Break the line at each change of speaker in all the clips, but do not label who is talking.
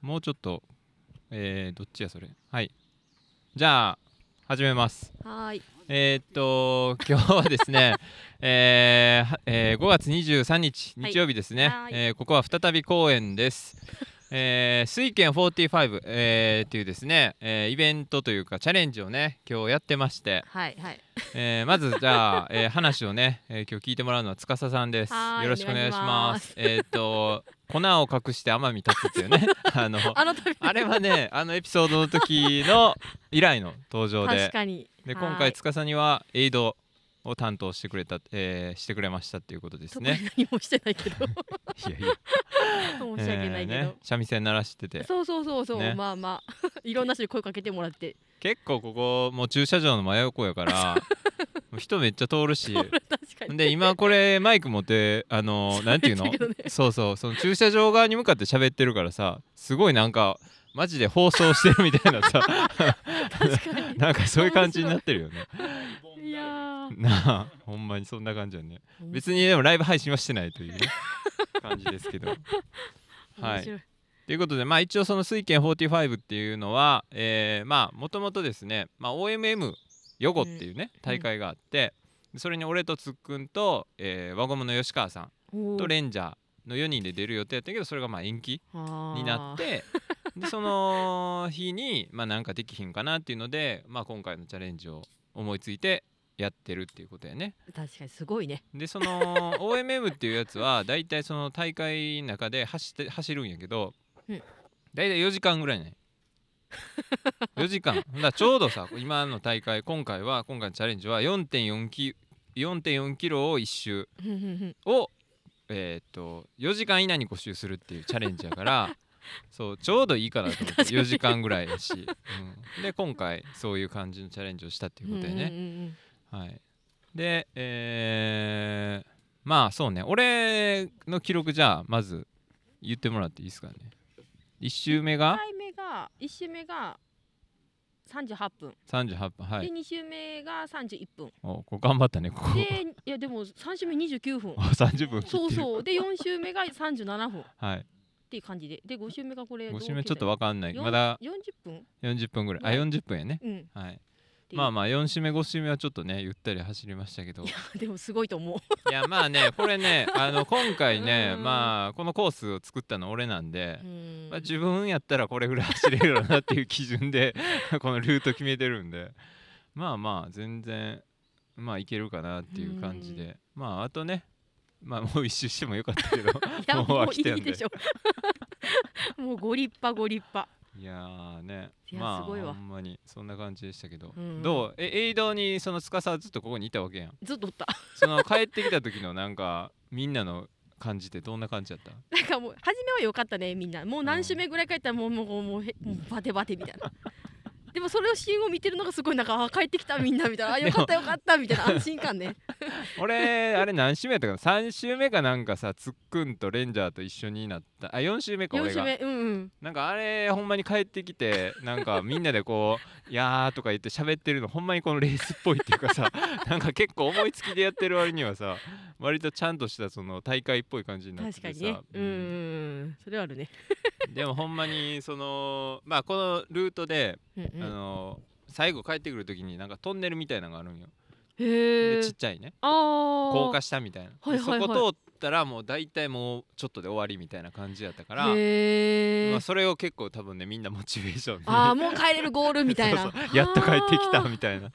もうちょっとえー、どっちやそれはいじゃあ始めます
はーい。
えー、っと 今日はですね、えーはえー5月23日
はい
日曜日ですね、
はーい
えーここは再び公園です。えー、水拳45、えー、というですね、えーイベントというかチャレンジをね今日やってまして、
はいはい。
えーまずじゃあ、 えー話をね、えー今日聞いてもらうのは司さんです。
はーい
よろしくお願いし
お願
ま。
いします
えーっと粉を隠して奄美立つっていうね あの
あの旅
あれはねあのエピソードの時の以来の登場で
確かに。
で
はーい
今回司にはエイドを担当してくれた、えーしてくれましたっていうことです
特
ね。
に何もしてないけど
いやいや
申し訳ないけど。
えーね、三味線鳴らしてて
そうそうそうそう、
ね
まあまあ いろんな人に声かけてもらって
結構ここもう駐車場の真横やから もう人めっちゃ通るし
確かに
で今これマイク持ってあのーなんていうの
喋ってるけどね
そうそうその駐車場側に向かって喋ってるからさすごいなんかマジで放送してるみたいな さ
確かに
なんかそういう感じになってるよね。
いやー
なあほんまにそんな感じよね。別にでもライブ配信はしてないというね感じですけど。はい
面白い
ということで、まあ、一応その「水拳45」っていうのはえーまあもともとですね、まあ、OMM ヨゴっていうね、大会があって、それに俺とつっくんと、えー輪ゴムの吉川さ
お
ん
ー
とレンジャーの4人で出る予定やったけどそれがまあ延期
あー
になってでその日に、まあ、なんかできひんかなっていうので、まあ、今回のチャレンジを思いついてやってるっていうことやね。
確かにすごいね
でその OMM っていうやつは大体その大会の中で走って走るんやけど、
うん
大体4時間ぐらい ね4時間だからちょうどさ今の大会今回は今回のチャレンジは4.4キ4.4キロを1周
ふんふんふん
をえーっと4時間以内に5周するっていうチャレンジやから そうちょうどいいかなと思って
確かに
4時間ぐらいやし、うんで今回そういう感じのチャレンジをしたっていうことやね。
うんうんうんうん
はい、で、えー、まあそうね俺の記録じゃあまず言ってもらっていいですかね1周目
一
が
回目が一周目が三十八分、
38分は
で
い
二周目が三十一分、
おこう頑張ったねここ
でいやでも三周目二十九分
お、30分切ってる
そうそうで四周目が三十七分っ
はい、
ていう感じでで五周目がこれ
5周目ちょっとわかんない
四
まだ
40分
40分ぐらいあ40分やね
うん
はいまあまあ4周目5周目はちょっとねゆったり走りましたけど
いやでもすごいと思う
いやまあねこれねあの今回ね
うん
まあこのコースを作ったの俺なんで、
う ん
まあ、自分やったらこれぐらい走れるよなっていう基準で このルート決めてるんでまあまあ全然まあいけるかなっていう感じでまああとねまあもう一周してもよかったけど
いや
もう
もう
飽
い
きてんで
いでしょ もうご立派ご立派
いやーね
いや
まあ
すごいわ
ほんまにそんな感じでしたけど、
うん
どうえエイドにその司はずっとここにいたわけやん
ずっとおった
その帰ってきた時のなんかみんなの感じってどんな感じやった
なんかもう初めは良かったねみんなもう何週目ぐらいかやったらもうもうもうもうへもうバテバテみたいな でもそれをシーンを見てるのがすごいなんかあ帰ってきたみんなみたいなあよかったよかったみたいな安心 感ね
俺あれ何周目やったかな3周目かなんかさつっくんとレンジャーと一緒になったあ4周目か
4
俺
週
が
目うんうん
なんかあれほんまに帰ってきてなんかみんなでこ う「いやー」とか言って喋ってるのほんまにこのレースっぽいっていうかさ なんか結構思いつきでやってる割にはさ割とちゃんとしたその大会っぽい感じになって
確か
て
にね
さ、
うんうんうんそれはあるね
うんでもほんまにそのまあこのルートで、
うんうん
あの最後帰ってくる時になんかトンネルみたいなのがあるんよ、
へえ
でちっちゃいね
ああ
高架下みたいな、
はいはいはい
でそこ通ったらもう大体もうちょっとで終わりみたいな感じやったから、
へ
ま
え
あ、それを結構多分ねみんなモチベーションに
ああもう帰れるゴールみたいな
そうそうやっと帰ってきた
あーい
みたいな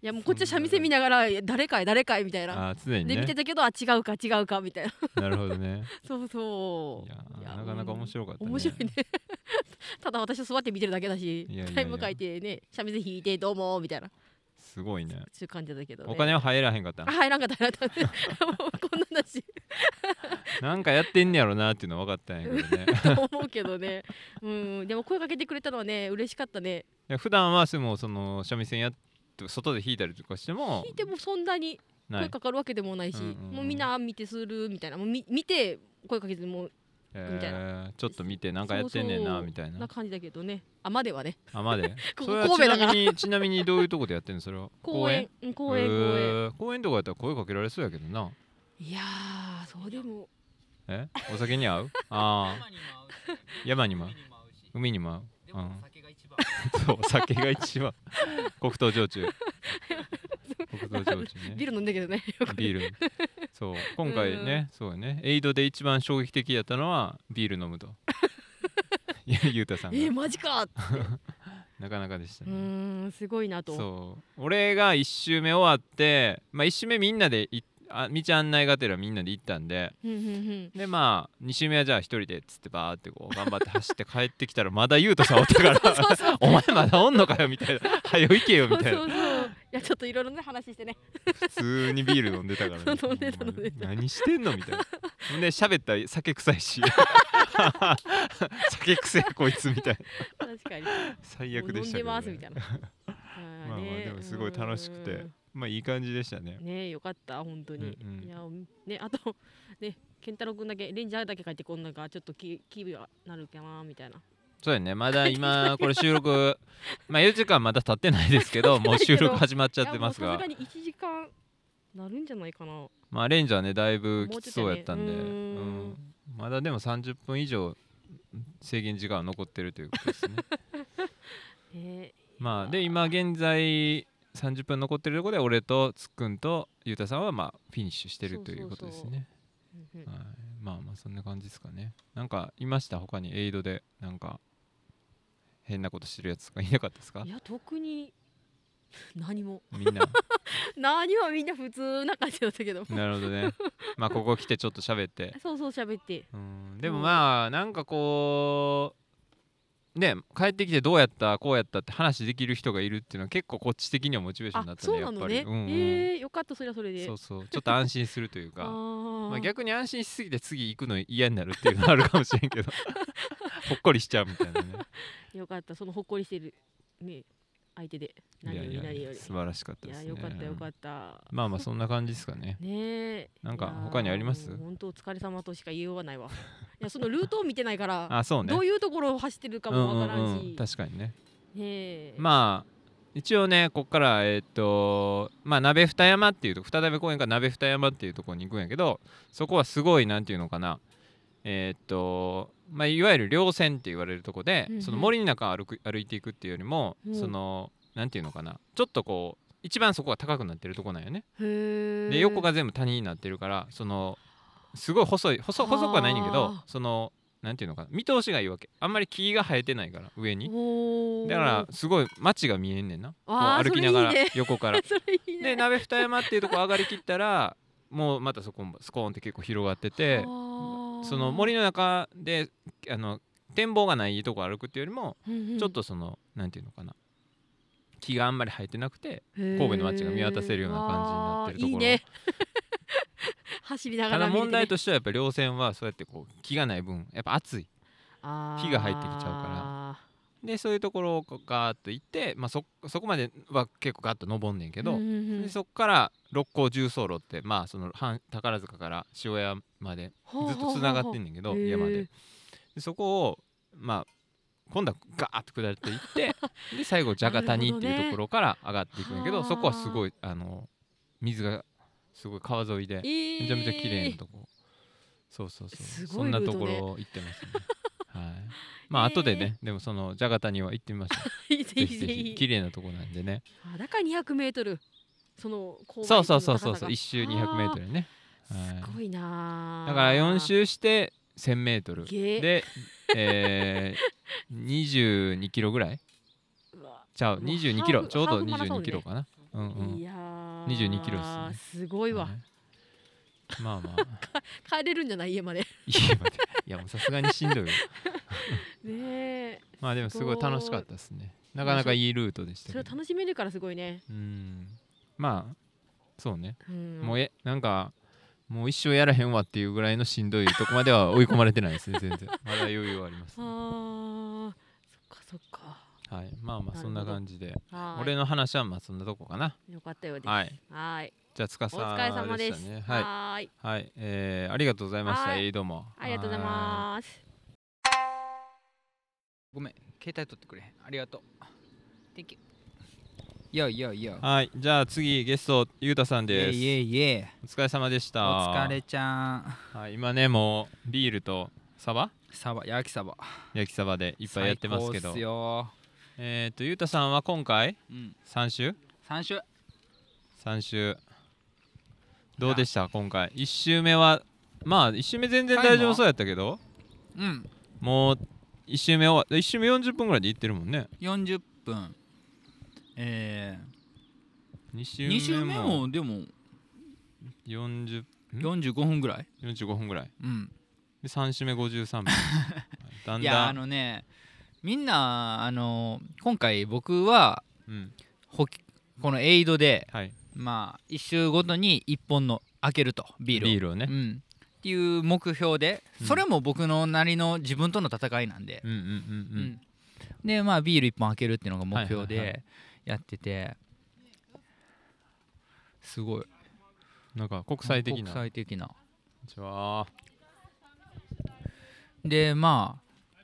やもうこっちは三味線見ながらいや誰かい誰かいみたいな
あー常に
で見て
ね
たけどあ違うか違うかみたいな
な るほどね
そうそ
いうやー
いや
なかなか面白かったね
面白いね ただ私は座って見てるだけだし
いやいやいや
タイム書いてね三味線弾いてどうもみたいな
すごいね
そういう感じだけど、ね、
お金は入らへんかった
あ入らんかった入らんかった もうこんなんだし
なんかやってんねやろなっていうのは分かったんやけどね
と思うけどねうんでも声かけてくれたのはね嬉しかったね
いや普段はそのその三味線やっ外で弾いたりとかしても
弾いてもそんなに
な
声
い、
かかるわけでもないし、
うんうんうん
もうみんな見てするみたいなもうみ見て声かけてもみたい
えー、ちょっと見てなんかやってんねん
そう
な
そう
みたいな
な感じだけどねあまではね
あまで
ここ
それは
神戸だ
ちな
から
みにちなみにどういうとこでやってんのそれは
公園うん公園公園、
えー公園とかやったら声かけられそうやけどない
やーそうでも
えお酒に合うああ山にも合う海にも
で
合う、う
も
ん
お、酒が一番
そう酒が一番黒糖焼酎黒糖焼酎ね
ビール飲んだけどねよく
ビールそう今回ね、そうやねエイドで一番衝撃的やったのはビール飲むといやゆうたさん
えー、
が
マジか
なかなかでした
う
ね、
ーんすごいなと
そう俺が1周目終わって、まあ、1周目みんなでいあ道案内がてらみんなで行ったんで
うんうんうん
でまあ2周目はじゃあ1人でっつってバーってこう頑張って走って帰ってきたらまだゆうとさんおったから お前まだおんのかよ」みたいな「早よ行けよ」
そ
み
う
たい
そ
な
うそういやちょっといろいろね話してね、
普通にビール飲んでたから、ね
飲んでた飲んでた
何してんのみたいなほんで喋ったら酒臭い し酒臭いこいつみたいな
確かに
最悪で
飲
し
ん
たけ
で
ど、
ます
ね
み たいな
まあまあ
ね
でもすごい楽しくて
うん
まあいい感じでしたね
ねえよかった本当に、
うんうん
いやねあとね健太郎君だけレンジャーだけ帰ってこんなんかちょっとき気分がなるかなみたいな
そうやねまだ今これ収 録まあ4時間まだ経ってないですけどもう収録始まっちゃってます
いやもう
が
さすがに1時間なるんじゃないかな
まあレンジャーねだいぶきつそうやったんで
もうちょっとねうーん
うんまだでも30分以上制限時間は残ってるということ ですね
ねえ
まあで今現在30分残ってるところで俺とつっくんとゆうたさんはまあフィニッシュしてる
そう
と
そ
い
うそう
うことですね
うんうん
はいまあまあそんな感じですかねなんかいました他にエイドでなんか変なことしてるやつがいなかったですか
いや特に 何も
みんな
何はみんな普通な感じだったけど
なるほどね。まあここ来てちょっと喋って。
そうそう喋って
うん、でもまあなんかこうね帰ってきてどうやったこうやったって話できる人がいるっていうのは結構こっち的にはモチベーション
あ
になった
そ
ね
う
や
な
っ
の
ぱり。
ね、
うんうん
ええよかったそれはそれで
そうそうちょっと安心するという
あ
か。ま
ー
あ、逆に安心しすぎて次行くの嫌になるっていうのはあるかもしれん けどほっこりしちゃうみたいなね
よかったそのほっこりしてるね相手で何より何より
素晴らしかった
い
です
や
ね
よかったよかった
まあまあそんな感じですかね
ねえ
なんか
いやー
他にあります
もう本当お疲れ様としか言いようがないわいやそのルートを見てないから
あそうね
どういうところを走ってるかもわからんし、
うんうんうん、確かにね
ねえ
まあ一応ねこっからえーっとまあ鍋二山っていうと二鍋公園から鍋二山っていうところに行くんやけどそこはすごいなんていうのかなえーっとまあいわゆる稜線って言われるとこで、
うんうん
その森の中を歩く歩いていくっていうよりも、
うん
そのなんていうのかなちょっとこう一番そこが高くなってるとこなんよね。
へえ
で横が全部谷になってるからそのすごい細い細細くはないねんだけ
あ
ど
ー
そのなんていうのかな見通しがいいわけあんまり木が生えてないから上に。
おー
だからすごい街が見えんねんなこう
あー
歩きながら
それいいね
横 から
それいい
で
ね
鍋二山っていうとこ上がりきったらもうまたそこもスコーンって結構広がっててそ
そ
の森の中であの展望がないとこ歩くっていうよりもちょっとその、なんていうのかな木があんまり生えてなくて
神
神戸の街が見渡せるような感じになってるところ
いいね 走りなが
ただ
ら見れてね
問題としてはやっぱり稜線はそうやってこう木がない分やっぱ暑い火が入ってきちゃうかでそういうところをこうガーッと行って、まあ、そそこまでは結構ガッと登んねんけ
け
ど、
うんうんうん
でそこから六甲重走路ってまあその半宝塚から塩屋までずっとつながってんねんけど
ほうほうほう
山
へ
で
え
でそこをまあ今度はガーッと下っていって で最後ジャガ谷っていうところから上がっていくんやけど
なるほ
そこ
どね
はすごいあの水がすごい川沿いでめ
め
ちゃめちゃ綺麗なとこ、そうそうそう
す
そ
ご
ん
いル
な
ートね
ところ行ってます ねはいまあ後でね、でもそのジャガ谷は行ってみましょう
い いぜ
ぜ
い
ひ
い
ぜ
ぜ
ひ
い
綺
い
麗なとこなんでね
あだから200メートルその勾
そう
配
そう
の
そう
高さ
そうそう
が
一周200メートルねはい
すごいなあ
だから4周して1000メートル
げえ
で、えー、22キロぐらいう
わ
ちゃう
もう
22キロ
ハーフ
ちょうど
ハーフマラソン
22
ね
キロかな、うんうん
いやー
22キロっすね
すごいわ、
はいまあ まあ
帰れるんじゃない家までね
いや待っていやもうさすがにしんどいよ
え
まあでもすごい楽しかったですねなかなかいいルートでした
それ
け
を
ど
楽しめるからすごいね、
うんまあそうね、
うん、
もうえなんかもう一生やらへんわっていうぐらいのしんどいとこまでは追い込まれてないですね全然まだ余裕はあります、 ね、
あーそっかそっか
はいまあまあそんな感じで
はーい
俺の話はまあそんなとこかな
よかったようですは
はい
ーい
じゃあつか
お
さ
疲れ様で
でし
す
たね
は
はい
ーい
はい、えー、ありがとうございました、
はい
えいどうも
ありがとうござい
は
ます
ごめん携帯取ってくれありがとう Thank you いやいやいや
ーいはいじゃあ次ゲストゆうたさん
イエ
で
イ
す
イエイイエイ
お疲れ様でし
お
た
疲れちゃん
はい、今ねもうビールとサバ
サバ焼きサバ
焼きそばでいっぱいやってますけ
最高
ど
っすよ、
えっ、とゆうたさんは今回
うん、
3週
3週
3週どうでした今回1週目はまあ1週目全然大丈夫そうやったけど
うん
もう1週目終わ1週目40分ぐらいで行ってるもんね
40分え
2
ー、2
週
週
目
目
も
もでも
40ん
45分ぐらい
45分ぐらい
うん
で3週目53分 だん
いや
だ
あ
ん
のねみんなあの今回僕は
うん
補給このエイドで
はい
まあ1週ごとに1本の開けるとビールを
ビールをね
うん、っていう目標で
うん
それも僕のなりの自分との戦いなんで、
うんうんうんうん
うんでまあビール1本開けるっていうのが目
は
標
いはいは
でやっててすごい
なんか国際的な
国際的な
こんにちは
でまあ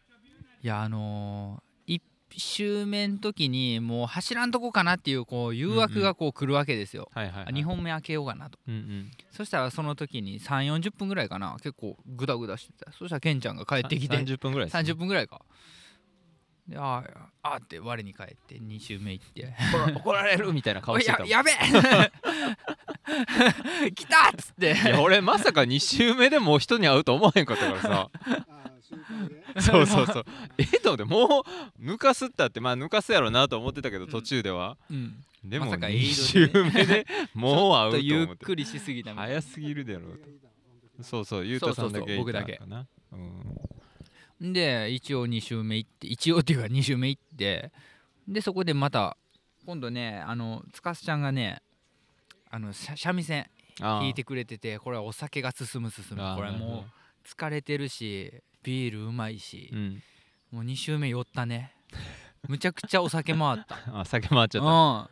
いやあのー、1周目の時にもう走らんとこかなっていうこう誘惑がこう来るわけですよ、
はいはい、はい、
2本目開けようかなと
うんうん
そしたらその時に3 4 0分ぐらいかな結構グダグダしてたそしたらケンちゃんが帰ってきて
さ30分ぐらいですね、
30分ぐらいかであーあーって我に返って2周目行って
怒ら怒られるみたいな
「お
顔
い
して
や
たもん
やべえ 来た!」っつって
いや俺まさか2週目でもう人に会うと思わへんかったから さ
あー集会で
そうそうそうえっと思ってもう抜かすったってまあ抜かすやろうなと思ってたけど
うん
途中では、
うん
でも
まさかエイ
2週
ドで
目でもう
ちょっと
会
ゆ
うと
っ
思って
くりしすぎたみたいな
早すぎるだろうとそうそうゆう
そう
た
そ
さ
うん
だけ
そう僕だけ
いたのかなうん
で一応2周目行って一応っていうか2周目行ってでそこでまた今度ねあのつかすちゃんがねあのさ三味線
あー
弾いてくれててこれはお酒が進む進
あ
む
ー
これは
なるほ
もう疲れてるしビールうまいし
ど、うん、
もう2周目酔っ たねむちゃくちゃお酒回った
あ酒回っちゃ
う
った
ん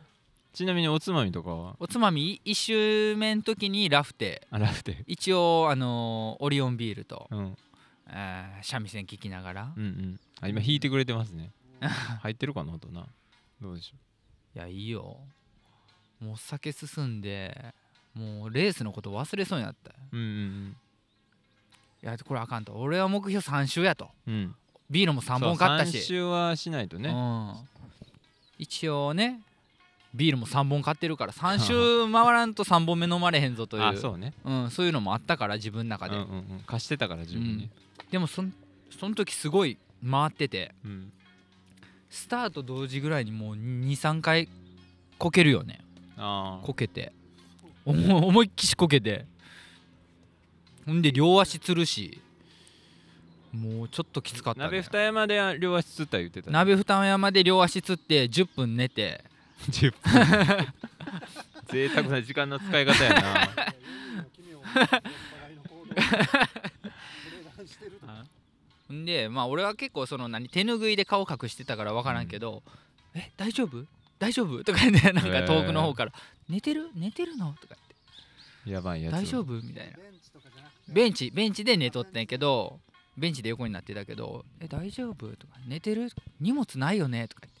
ちなみにおつまみとかは
おつまみ1周目の時にラフテ
あラフテ
一応あのーオリオンビールと、
うん
えー三味線聴きながら
うんうんあ今弾いてくれてますね入ってるかな音などうでしょ
いやいいよもうお酒進んでもうレースのこと忘れそうになったよ
ううんうん
いやこれあかんと俺は目標3周やと
うんうん
ビールも3本買ったし
3週はしないとね、
うん、一応ねビールも3本買ってるから3周回らんと3本目飲まれへんぞという
あそうね
うん、そういうのもあったから自分の中で、
うんうんうん、貸してたから自分に、
でもそんその時すごい回ってて
うん
スタート同時ぐらいにもう23回こけるよね
あ
こけて思思いっきしこけてほんで両足つるしもうちょっときつかっ
あ
た、ね、
鍋二山で両足つった言ってた
鍋二山で両足つって10分寝て
10分 贅沢な時間の使い方やな
ほんでまあ俺は結構その何手拭いで顔隠してたから分からんけど「え大丈夫大丈夫?」とか言ってなんか遠くの方から「寝てる寝てるの?」とか
やばい
「
やつ
大丈
夫
夫?」みたいなベンチベンチで寝とったんやけどベンチで横になってたけど「え大丈夫?」とか「寝てる荷物ないよね?」とか言って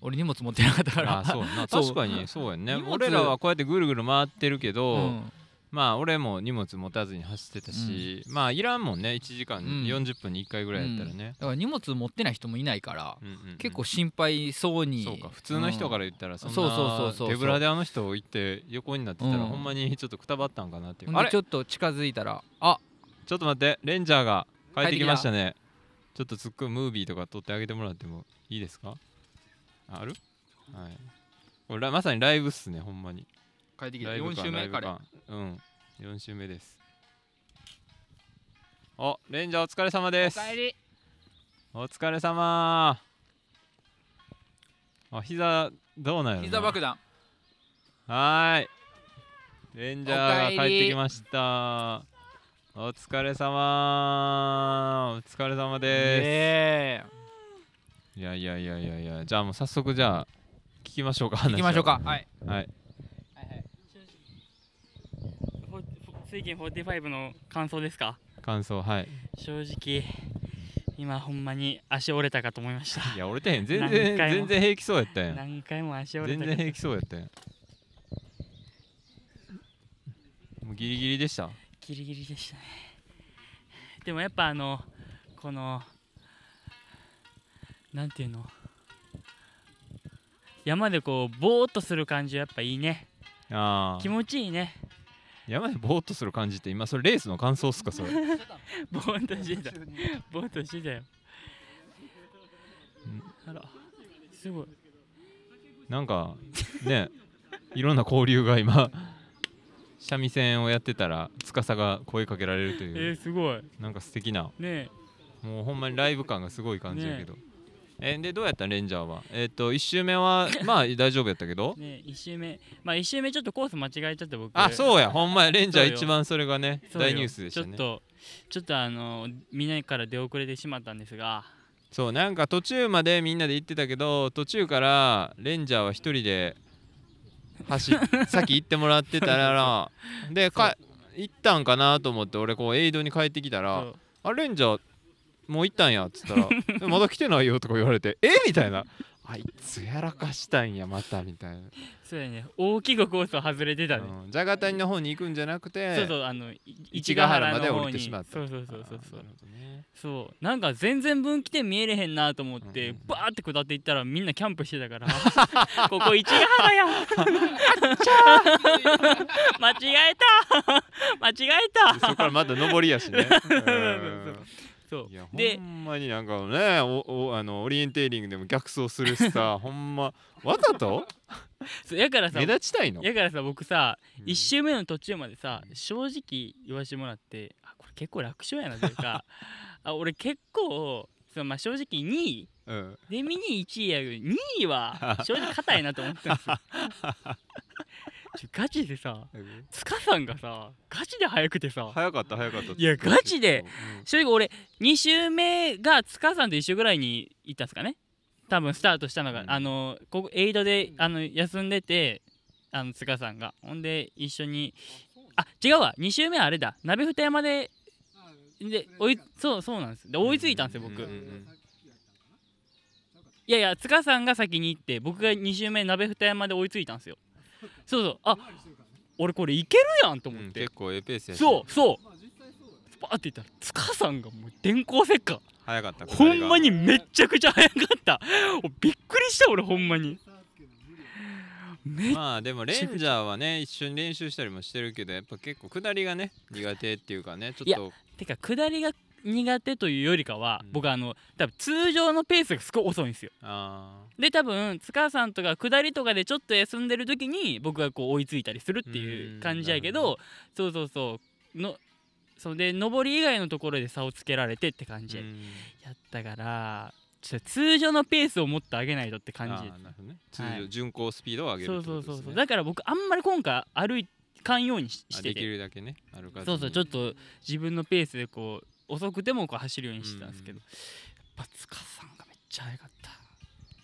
俺荷物持ってなかったから
あそうやな
そう
確かにそうやんね
荷物
俺らはこうやってぐるぐる回ってるけど、
うん
まあ俺も荷物持たずに走ってたし、まあいらんもんね1時間
うん
40分に1回ぐらいやったらね、
だから荷物持ってない人もいないから、
うんうんうん
結構心配そうに、
そうか普通の人からら言ったらそん
そうそうそう
な
そう
手ぶらであの人行って横になってたら
うん
ほんまにちょっとくたばったんかなっていう、
うんほ
あ
んで
れ
ちょっと近づいたらあ
ちょっと待って、レンジャーが帰ってきましたね。ちょっとツッコミムービーとか撮ってあげてもらってもいいですかああるはい。これらまさにライブっすね、ほんまに。
帰ってきた
ライブ
4
感
週
ラ
目
イブ
彼
感うん、4週目です。あ、レンジャーお疲れ様です。
り
お疲れ様あ、膝どうなんやろな
膝爆弾
はーい。レンジャー
おか
が
え
帰
り
ってきました。お疲れ様。お疲れ様で
え
す。いやいやいやいやいや、じゃあもう早速じゃあ聞きましょうか。
行きましょうか
話
はい
を。はい。
フォ水拳45の感想ですか
感想はい。
正直今ほんまに足折れたかと思いました
いや俺てへん全然
何回も
全然平気そうやったやん。
何回も足折れ
全然
たけど
平気そうやったやん。もうギリギリでした。
ギリギリでしたねでもやっぱあのこのなんていうの山でこうぼーっとする感じはやっぱいいね
あ
気
あ
持ちいい ね
山でぼーっとする感じって今それレースの感想っすかそれん
ぼーっとしてたぼーっとしてたよあらすごい
なんかねいろんな交流が今三味線をやってたら司が声かけられると
え
いう
ー、すごい
なんか素敵な
ね
もうほんまにライブ感がすごい感じるけど、えでどうやったレンジャーはえっ、と1周目 はまあ大丈夫やったけど
えねえ1周目まあ1周目ちょっとコース間違えちゃって僕
あそうやほんまやレンジャー一番それがね
そうよ
大ニュースでしたね
ちょっとちょっとあのみんなから出遅れてしまったんですが
そうなんか途中までみんなで行ってたけど途中からレンジャーは一人で走っ 先行ってもらってたらでか行ったんかなと思って俺こうエイドに帰ってきたら
そう
「あレンジャーもう行ったんや」っつ ったら「えまだ来てないよ」とか言われて「えみたいな「あいつやらかしたんやまた」みたいな、
そうやね大きくコースを外れてたね、
うん、じゃが谷の方に行くんじゃなくて
そうそうあのい
市ヶ原まで降りてしまった
そうそうそうそうそ
あー
う
なるほどね
そうなんか全然分岐点見えれへんなと思って、
うんうんうん
バーって下っていったらみんなキャンプして たからここ市ヶ原や 間違えた間違え
で
た
そこからまだ上りやし ねうん
そう
いや
で
ほんまになんかねおおあのオリエンテーリングでも逆走するし さほんまわざと
そうやからさ
目
や
立ちたいの、
からさ僕さ、
うん
一1周目の途中までさ正直言わしてもらってあこれ結構楽勝やなという かあ俺結構そのまあ正直2位
うん、
レミに1位やけど2位は正直硬いなと思ってたん ですよ。ちょガチでさ塚さんがさガチで速くてさ
早かった早かった
いやガチで、
うん
正直俺2周目が塚さんと一緒ぐらいに行ったんですかね多分スタートしたのが、
うん
あのここエイドであの休んでてあの塚さんがほんで一緒にあ違うわ2周目はあれだ鍋蓋山でで追いそうそうなんですで追いついたんですよ僕、
ううん
いやいや塚さんが先に行って僕が2周目鍋蓋山で追いついたんですよそうそうあ俺これいけるやんと
うん
思
うん
って
結、構ええペースやし
そうそうパーって言ったら塚さんがもう電光石火
早かった
ほんまに
下
めっちゃくちゃ早かった おびっくりした俺ほんまにめ
り
っ
がまあでもレンジャーはね一緒に練習したりもしてるけどやっぱ結構下りがね苦手っていうかねちょっと
てか下りが苦手というよりかは、
うん
僕あの多分通常のペースがすごい遅いんですよ
あ
で多分塚さんとか下りとかでちょっと休んでる時に僕がこう追いついたりするっていう感じやけどそうそうそうのそうで上り以外のところで差をつけられてって感
ー
じ
う
や
ん
ったからちょっと通常のペースをもっと上げないとって
あ
感じ
ーなるほどね通
はい
常巡航スピードを上げるっ
そう
て
そ
こ
う
と
そう
です
そう
ね
だから僕あんまり今回歩いかんようにし
あ
して
でき
て
るだけね歩かずに
そうそうちょっと自分のペースでこう遅くてもこう走るようにしてたんですけどやっぱ塚さんがめっちゃ早かった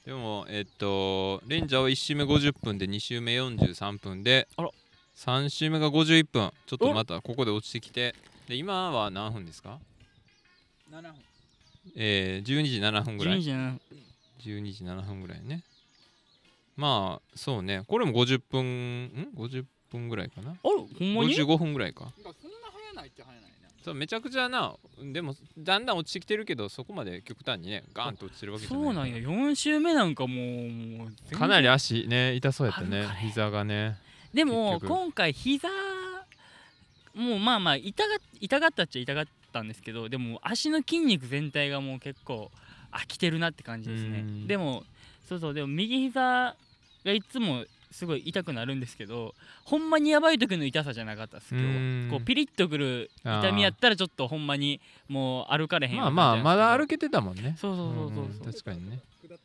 でもえっとレンジャーは1周目50分で2周目43分で
あら
3周目が51分ちょっと
お
またここで落ちてきてで今は何分ですかえー、12時7分ぐら
12
い
時7
12時7分ぐらいねまあそうねこれも50分ん50分ぐらいかな
あらほんまに
55分ぐらいか
なんかそんな早ないって早ないね。
そうめちゃくちゃなでもだんだん落ちてきてるけどそこまで極端にねガーンと落ちてるわけじゃない
そうなんや4周目なんかもうもう全然
かなり足ね痛そうやった
あ
ね
るから
膝がね
でも
結局
今回膝もうまあまあ痛が痛がったっちゃ痛がったんですけどでも足の筋肉全体がもう結構飽きてるなって感じです
う
ね
ん
でもそうそうでも右膝がいつもすごい痛くなるんですけどほんまにやばい時の痛さじゃなかったです今日は
ん
こうピリッとくる痛みやったらちょっとほんまにもう歩かれへん
まあまあまだ歩
く
けてたもんね
そうそうそうそう
うんうん
そう
確かにね
だか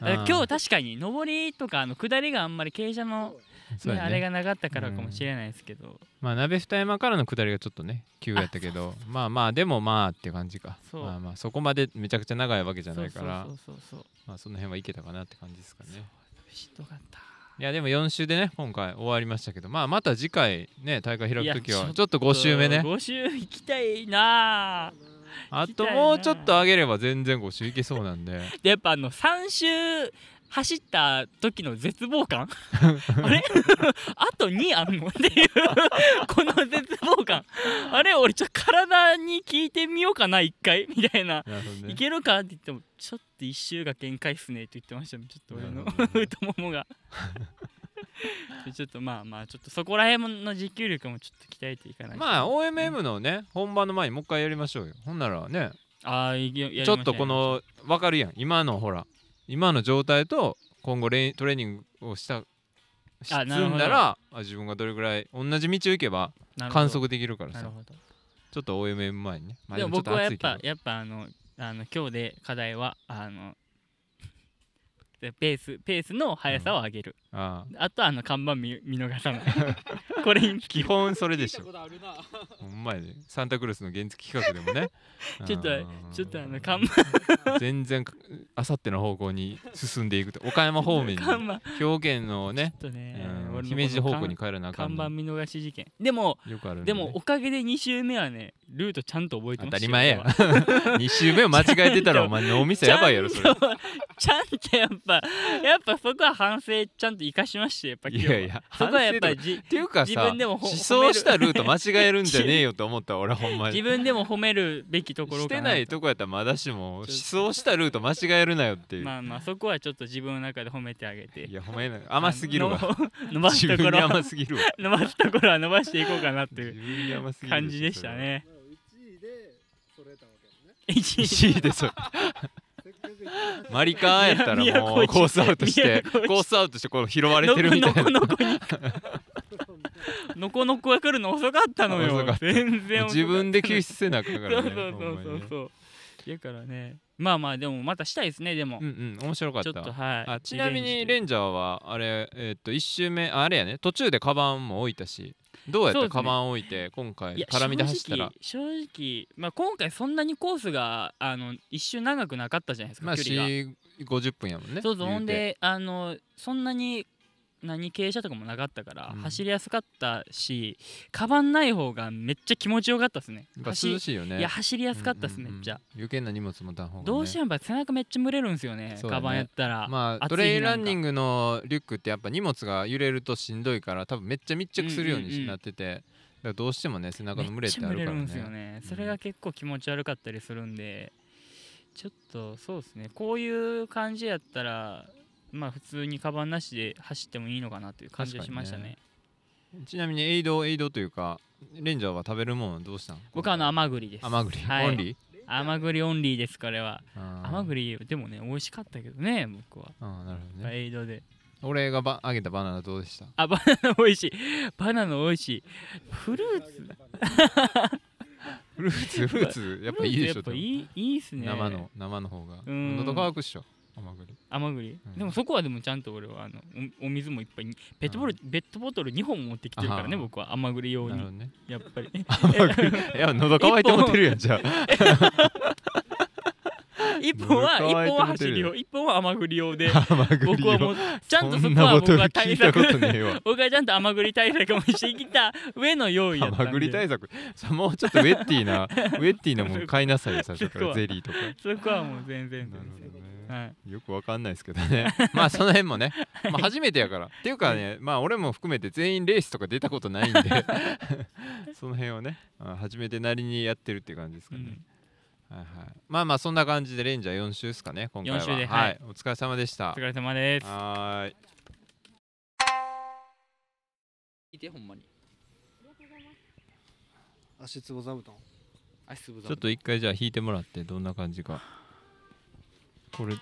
ら今日確かに上りとかあの下りがあんまり傾斜の
日
ねあれがなかったからかもしれないですけど、
まあ鍋二山からの下りがちょっとね急やったけどまあまあでもまあって感じか
そう
まあまあそこまでめちゃくちゃ長いわけじゃないから
そうそうそうそう
まあその辺はいけたかなって感じですかね
しんどかった
いやでも4週でね今回終わりましたけどまあまた次回ね大会開
い
く
や
とき
ちょ
は
っ
ちょっと5週目ね
5週行きたいなあ
あ
き
と
たいな
もうちょっと上げれば全然5週いけそうなんで
でやっぱあの3週走った時の絶望 感あれあと2あんのっていうこの絶望感あれ俺ちょっと体に聞いてみようかな一回みたいな
なるほど
い
ね
けるかって言ってもちょっと一周が限界っすねって言ってましたもんちょっと俺の
なるほど
太ももが でちょっとまあまあちょっとそこら辺の持久力もちょっと鍛えていかないと
まあ OMM のね本番の前にもう一回やりましょうよほんならね
あーいけやりま
ち
し
ょ
ょ
っとこの分かるやん今のほら今の状態と今後レイントレーニングをしたし積
あ
ん
なるほど
だらあ自分がどれぐらい同じ道を行けば
なるほど
観測できるから
なる
さ
ほど
ちょっと OMM 前にね、まあ、
でも
ちょっ
僕
と
はやっ
暑いけど
ぱやっぱあのあの今日で課題はあのペースペースの速さを上げる、
ああ
あとはあの看板見見逃 さないこれに
基本それで
聞い
したょ
ことあるな。
ほんまやでサンタクロースの原付企画でもね
ちょっと
うん
ちょっとあの看板
全然あさっての方向に進んでいくと岡山方面に
看板
兵庫県のね、
ちょ
う
っと
ん
ね俺のこの
姫路方向
看
に帰らなあか
看
ん
板
の
見逃し事件でも
よくあるん
で
でね
もおかげで2週目はねルートちゃんと覚えて
当
ましたた
り前や
よ 俺は
2周目を間違えてたらお前脳みそやばいやろそ
ちゃ
れ
んとちゃんとやっぱやっぱそこは反省ちゃんと生かしましてやっぱ今
い
日は
やいや
そこはやっぱ
反省とか
りじ
っていうか
自
さ
分でもほ
思想したルート間違えるんじゃねえよと思った俺ほんま
自
に
分でも褒めるべきところ
し
か
て
な
ないとこやったらまだしも思想したルート間違えるなよっていう
まあまあそこはちょっと自分の中で褒めてあげて
いやほんまやな甘すぎるわ
あの伸ばす
自
と
分
こ
に
ろ
甘すぎるわ
伸ばすところは伸ばしていこうかなって
自
いう
分に甘すぎる
感じでしたね
1位で揃えたわけだね。
一
1位でそれ
せっかく1位
マリカーンやったらもう
都
コー
落ち
スアウトして
都
コ
落ち
ースアウトしてこう拾われてるみたいな
のこのこに のこのこが来るの遅かったの
遅か
よ
った
全然遅かった
自分で救出せなあかんからね
そうそうそうそう
う
そうだからねまあまあでもまたしたいですねでも、
うんうん面白かっ
ちょったとはい
あちなみにレ
ン
ンジャーはあれえーっと1周目ああれやね途中でカバンも置いたしどうやっ
そう
て
ですね
カバン置いて今回絡みで走ったら
正直正直、まあ、今回そんなにコースがあの一周長くなかったじゃないですか、
まあ
距離が
4 50分やもんね
そうそう
言
ほん
て
であのそんなに何傾斜とかもなかったから、
うん
走りやすかったしカバンない方がめっちゃ気持ちよかったですね
やっぱ
走り
涼しいよね
いや走りやすかったです、
うんうんうん
めっちゃ
余計な荷物持たん方がね
どうしてもやっぱ背中めっちゃ蒸れるんですよね
そうだね
カバンやったら、
まあ
暑
ト
い
レイ
日な
ラ
んか
ンニングのリュックってやっぱ荷物が揺れるとしんどいから多分めっちゃ密着するよう
うんうんう
に
ん
なってて、だからどうしてもね背中の群
め
れ
っ
っ
ち
て
ゃ
あ
蒸
る
れ
か
る
ら
ん
ね
ですよねそれが結構気持ち悪かったりするんで、ちょっとそうですねこういう感じやったらまあ普通にカバンなしで走ってもいいのかなという感じがしましたね
確ちなみにエイドエイドというかレンジャーは食べるものどうしたの
僕はあの甘栗です
甘栗、
はい
オンリー
甘栗オンリーですこれは甘
甘
栗でもね美味しかったけどね僕は、
あーなるほどね
エイドで
俺がばあげたバナナどうでした
あバナナ美味しいバナナ美味しいフルーツ
フルーツフルーツやっぱいいでし
フ
ょ
ルーツやっぱいいいいっすね
生の生の方が
うん
喉乾くっしょ甘栗
甘栗、
うん
でもそこはでもちゃんと俺はあのおお水もいっぱいにペットボトル、ペットボトル2本持ってきてるからね
あは
僕は甘栗用
なるほど
に
ね
やっぱり
甘栗いや喉乾いてもてるやんじゃあ
1本は
喉乾いて
1本
持
は
て
走
る
り
よ
用1本は甘栗用 で
甘栗を
僕はもうちゃんとそ
ん
こ
な
は
ボ
僕
トル
は
聞
対
いた
策
ことねえわ
僕はちゃんと甘栗対策もしてきた上の用意やったんで
甘栗対策さもうちょっとウェッティーなウェッティーなもん買いなさいよ最初か
そこ
ら
は
ゼリーとか
そこはもう全然全
なる
然
ほどね
はい、
よくわかんないですけどね まあその辺もね、まあ、初めてやからっていうかねまあ俺も含めて全員レースとか出たことないんでその辺をねあ初めてなりにやってるっていう感じですかね、はいはい、まあまあそんな感じでレンジャー4周ですかね今回は
四周で
は
はい
い、お疲れ様でした
お疲れ様です
はーい
いてほんまに
足つぼ座布団。
あすぶ
ちょっと一回じゃあ弾いてもらってどんな感じかこれ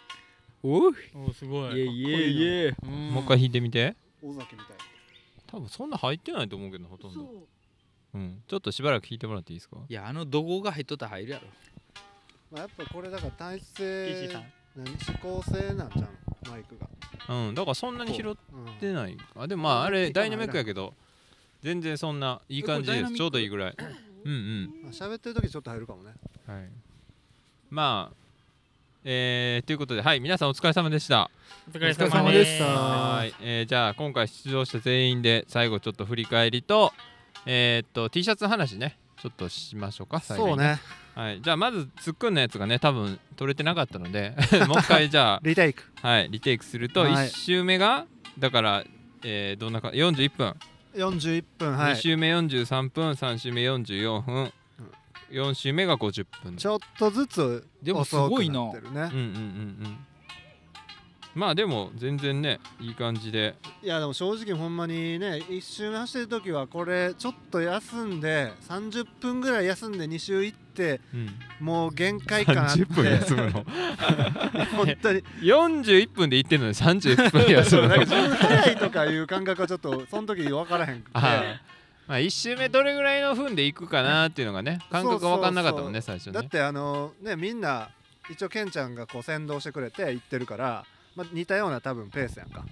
おう
おーすご
いえ
い
いえいえ
も
も
う一回弾いてみて
大酒みたい。
多分そんな入ってないと思うけどほとんど
そう
うんちょっとしばらく弾いてもらっていいですか
いやあの怒号が入っとったら入るやろ
まあやっぱこれだから単一
岸さん
性、何指向性なんじゃん、マイクが。
うんだからそんなに拾っ
うん
てないあでもまああれダイナミックやけど全然そんないい感じ
え
で
これダイナ
す
ミック
ちょうどいいぐらいうんうん
まあ喋ってる時ちょっと入るかもね。
はい、まあえー、ということではい皆さんお疲れ様でした
お疲れ
お疲
様
れ様
で
で
し
したた
はい、えーじゃあ今回出場した全員で最後ちょっと振り返りとえーっと T シャツの話ねちょっとしましょうか最後に
そうね
はい、じゃあまずツッコんのやつがね多分取れてなかったので もう一回じゃ
リテイク
あ、はい、リテイクすると
はい
1周目がだから、えーどんなか41分、
41分
二
はい
2周目43分3周目44分4周目が50分
ちょっとずつ
でもす
遅
ご
く
いな
なってる
うんう
ね
んうんうんまあでも全然ねいい感じで
いやでも正直ほんまにね1周目走ってる時はこれちょっと休んで30分ぐらい休んで2周行って
うん
もう限界かなって
30分休むの
本当に
41分で行ってるのに31分 休む
なん
の
か順早いとかいう感覚はちょっとその時分からへんくて
ああまあ1周目どれぐらいの分で行くかなっていうのがね感覚が分かんなかったもんね最初
だ
ね
ってあのねみんな一応ケンちゃんがこう先導してくれて行ってるから、まあ、似たような多分ペースやんか、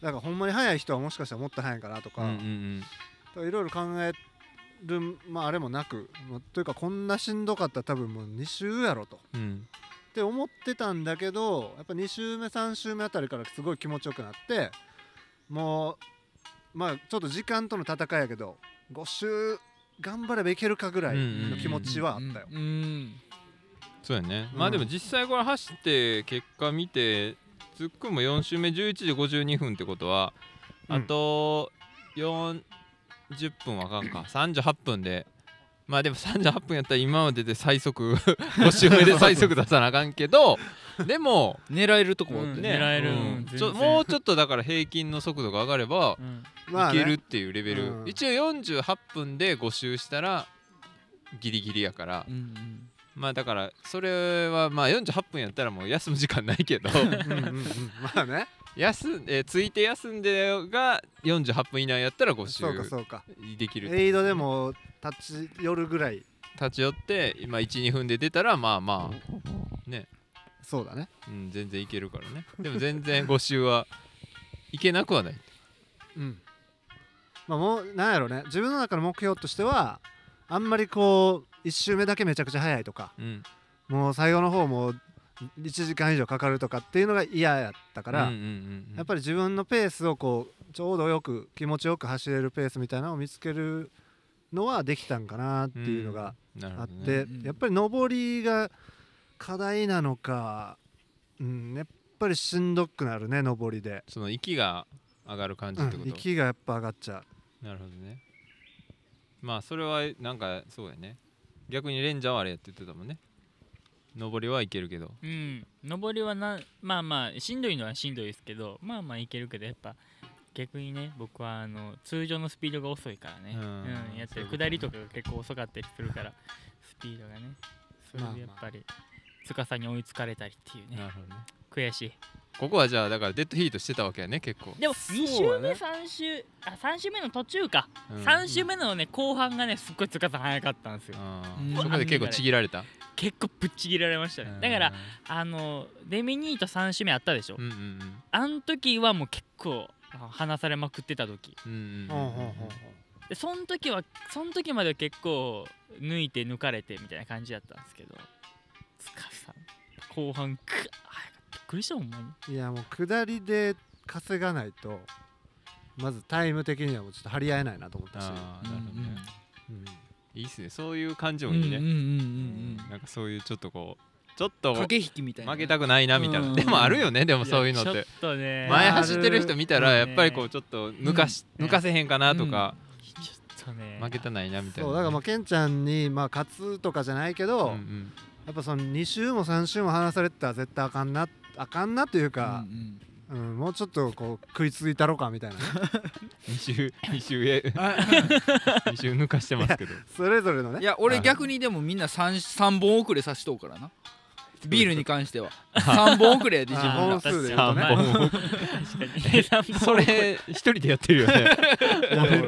だからほんまに速い人はもしかしたらもっと速いんかなとか
うんうんうん
いろいろ考える、まあ、あれもなく、まあというかこんなしんどかったら多分もう2周やろとっ
うん
て思ってたんだけどやっぱ2周目3周目あたりからすごい気持ちよくなってもうまあちょっと時間との戦いやけど5周頑張ればいけるかぐらいの気持ちはあったよ。
うんうん
そうやね、
うん
まあでも実際これ走って結果見てツッコも4周目11時52分ってことは
うん
あと40分はかんか38分でまあでも38分やったら今までで最 速5周目で最速出さなあかんけどでも、
狙えるとこはあっ
う
て
ん
ね、
狙える
うん
全然
ちょもうちょっとだから平均の速度が上がれば
うん
まあ
い
ね
けるっていうレベル、
うん
一応48分で5周したらギリギリやから
う、ん
まあだからそれはまあ48分やったらもう休む時間ないけ ど
うんうんうんまあね
休んえーついて休んでが48分以内やったら5
そうか
周
そうか
できる
エイドでも立ち寄るぐらい
立ち寄って今12分で出たらまあまあ、
そうだね
うん、全然いけるからねでも全然5周はいけなくはない
うんまあもうなんやろね自分の中の目標としてはあんまりこう1周目だけめちゃくちゃ早いとか
うん
もう最後の方も1時間以上かかるとかっていうのが嫌やったから、
うんうんうんうん
やっぱり自分のペースをこうちょうどよく気持ちよく走れるペースみたいなのを見つけるのはできたんかなっていうのが
なる
あ
ほ
っ
ど
て、
ね
うん
やっぱり上りが課題なのか、うん、やっぱりしんどくなるね上りで、
その息が上がる感じ
う
ってこ
ん、
と、
息がやっぱ上がっちゃ
なるほどねまあそれはなんかそうやね逆にレンジャーはあれやって言ってたもんね上りはいけるけど
うん、上りはなまあまあしんどいのはしんどいですけどまあまあいけるけどやっぱ逆にね僕はあの通常のスピードが遅いからね
う
うんんやっ
そう
て
いうことね
下りとかが結構遅かったりするからスピードがねそれ
まあま
で
あ
やっぱり司に追いつかれたりっていうね
るほどね
悔しい
ここはじゃあだからデッドヒートしてたわけやね結構、
でも
そう
2周目
ね
3周あ3周目の途中か
うん
3周目のね後半がねすっごい司早かったんですよ
あ
うん
ーそこで結構ちぎられた
結構ぶっちぎられましたねだからあのデミニート3周目あったでしょ
うんうん
あん時はもう結構あの離されまくってた時
うんうん
う。
う
うんう
ん
んうんうん
でそん時はそん時までは結構抜いて抜かれてみたいな感じだったんですけど塚さん後半くっあびっくりしたほんまに
いやもう下りで稼がないとまずタイム的にはもうちょっと張り合えないなと思ったし、
あーなるほどね
うん
いいっすねそういう感じ
う
も
んうん
いいね、
うんうん
なんかそういうちょっとこうちょっ
う
と
ん駆け引きみたいな
負けたくないなみたいな、
うん
でもあるよねでもそういうのっ
いや
て
ちょっとね
前走ってる人見たらやっぱりこ
あ
うちょっと抜かし、
うん
抜かせへんかなとか、
ちょっとね
負けたないなみたいな
そうだからまあケンちゃんにまあ勝つとかじゃないけ
う
ど、
んうん
やっぱその2周も3周も離されてたら絶対あかんなあかんなという
か
か、うんもうちょっとこう食いついたろか みたいなね
2周二周へ2周抜かしてますけど
それぞれのね
いや俺逆にでもみんな 3, 三本遅れさしとうからなビールに関しては3本遅れやで自
あ
分
本
が
数で言うと
三
ね
本をそれ一人でやってるよね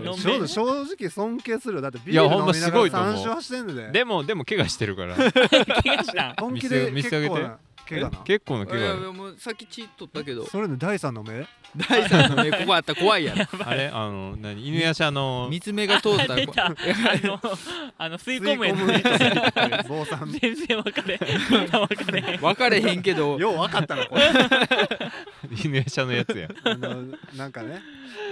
飲ん
正直
で
正直尊敬するよだってビ
いや
ール
ほ
飲
んま
みな
す
が
ご
ら
いと思う
3勝はしてんねんで
でもでも怪我してるから
怪我したん
本気で
見せ
結
てあげて
構な怪我な
結構ない怪
やい
我
やもうさっきチートったけど
それの第3の目
第三の目ここあったら怖いや ろ
あれあの何犬夜叉の
三つ目が通 ったら
出た
怖
あ
い
のあの吸い込むやつね
坊さん
全然分かれへん分かれへん
分かれへんけど
よう分かったなこれ あ
犬夜叉のやつや
のなんかね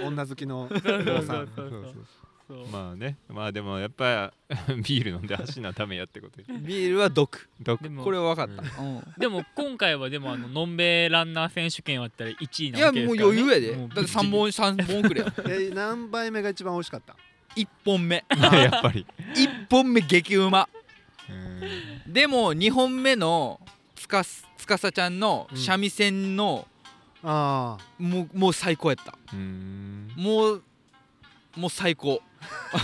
女好きの坊
そうそう
さ
そ
ん
うそうそう
まあねまあでもやっぱ ビール飲んで走んなためやってことで
ビールは毒
毒
でも
これは分かった、うん
でも今回はでもあののんべえランナー選手権はったら1位
い
な
や
わけで
も
す
う
から、ね、
余裕やでだ
もう
って3本3本くれ よ
え何杯目が一番美味しかった
1本目
やっぱり
1本目激うま
うん
でも2本目のつかすつかさちゃんの
うん
三味線の、
ああ
もうもう最高やった
うん
もうもう最高
言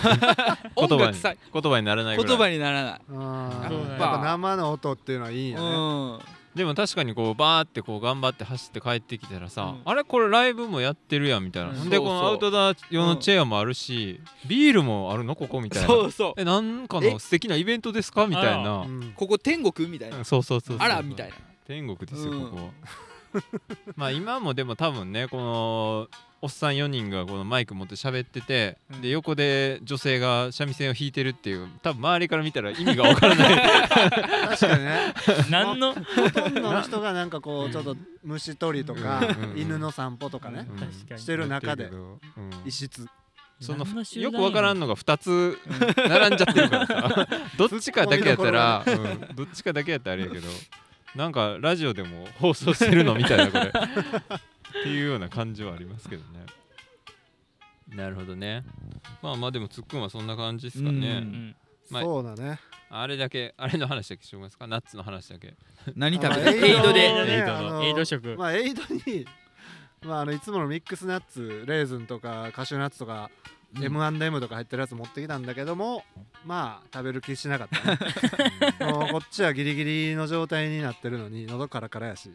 音
葉
楽
に
さ
言葉にならないぐらい
言葉にならない
あ
そう
ー
ね
やっぱ生の音っていうのはいいんやね
うん
でも確かにこうバーってこう頑張って走って帰ってきたらさ、
う
あれこれライブもやってるやんみたいな、
うん
ほん
そ
で
う
こ
そう
のアウトドア用のチェアもあるし、ビールもあるのここみたいな
そうそう
えなんかの
え
素敵なイベントですかみたいな
う、ん
ここ天国みたいな
うんそうそうそうそう
あらみたいな
天国ですよ、
うん
ここ まあ今もでも多分ねこのおっさん4人がこのマイク持って喋ってて、
うん
で横で女性が三味線を弾いてるっていう多分周りから見たら意味がわからない
確かにね
何の
ほとんどの人がなんかこうちょっと虫取りとか
うんうん
犬の散歩とかね
うん
確かに
してる中で
やってるけどうん
一室
その
何の集団
よくわからんのが2つ並んじゃってるから さどっちかだけやったら、うんどっちかだけやったらあれやけどなんかラジオでも放送してるのみたいな これっていうような感じはありますけどねなるほどねまあまあでもつっくんはそんな感じですか
う
う
ね
ん
まあ
そうだね
あれだけあれの話だけしてもらえますかナッツの話だけ
何食べ
あ
た
の
エイド
エイ
で
ドで
ね
エイドの
あの
エイド食
まあエイドにまああのいつものミックスナッツレーズンとかカシューナッツとか
うん
M&M とか入ってるやつ持ってきたんだけどもまあ食べる気しなかったねもうこっちはギリギリの状態になってるのに喉カラカラやし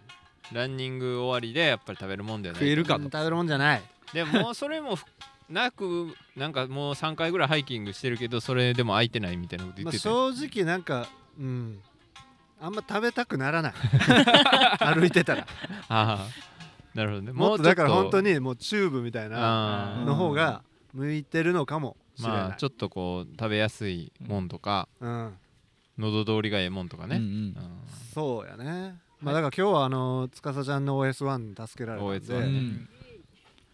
ランニング終わりでやっぱり食べるもんだよね
食えるか
うん
と
食べるもんじゃない
でももうそれもふなくなんかもう3回ぐらいハイキングしてるけどそれでも空いてないみたいなこと言
ま
っ
あ、
てたよ
正直なんかうんあんま食べたくならない 歩いてたら
ああなるほどね
もっとだから本当
に
にもうチューブみたいな
あ
の方が向いてるのかも
あ
しれない、
まあちょっとこう食べやすいもんとか、
うん、
喉通りがええもんとか
うんう
ね、
ん
うん
そうやねまあだから今日はあの司ちゃんの OS1 に助けられたん
OS1
で
ね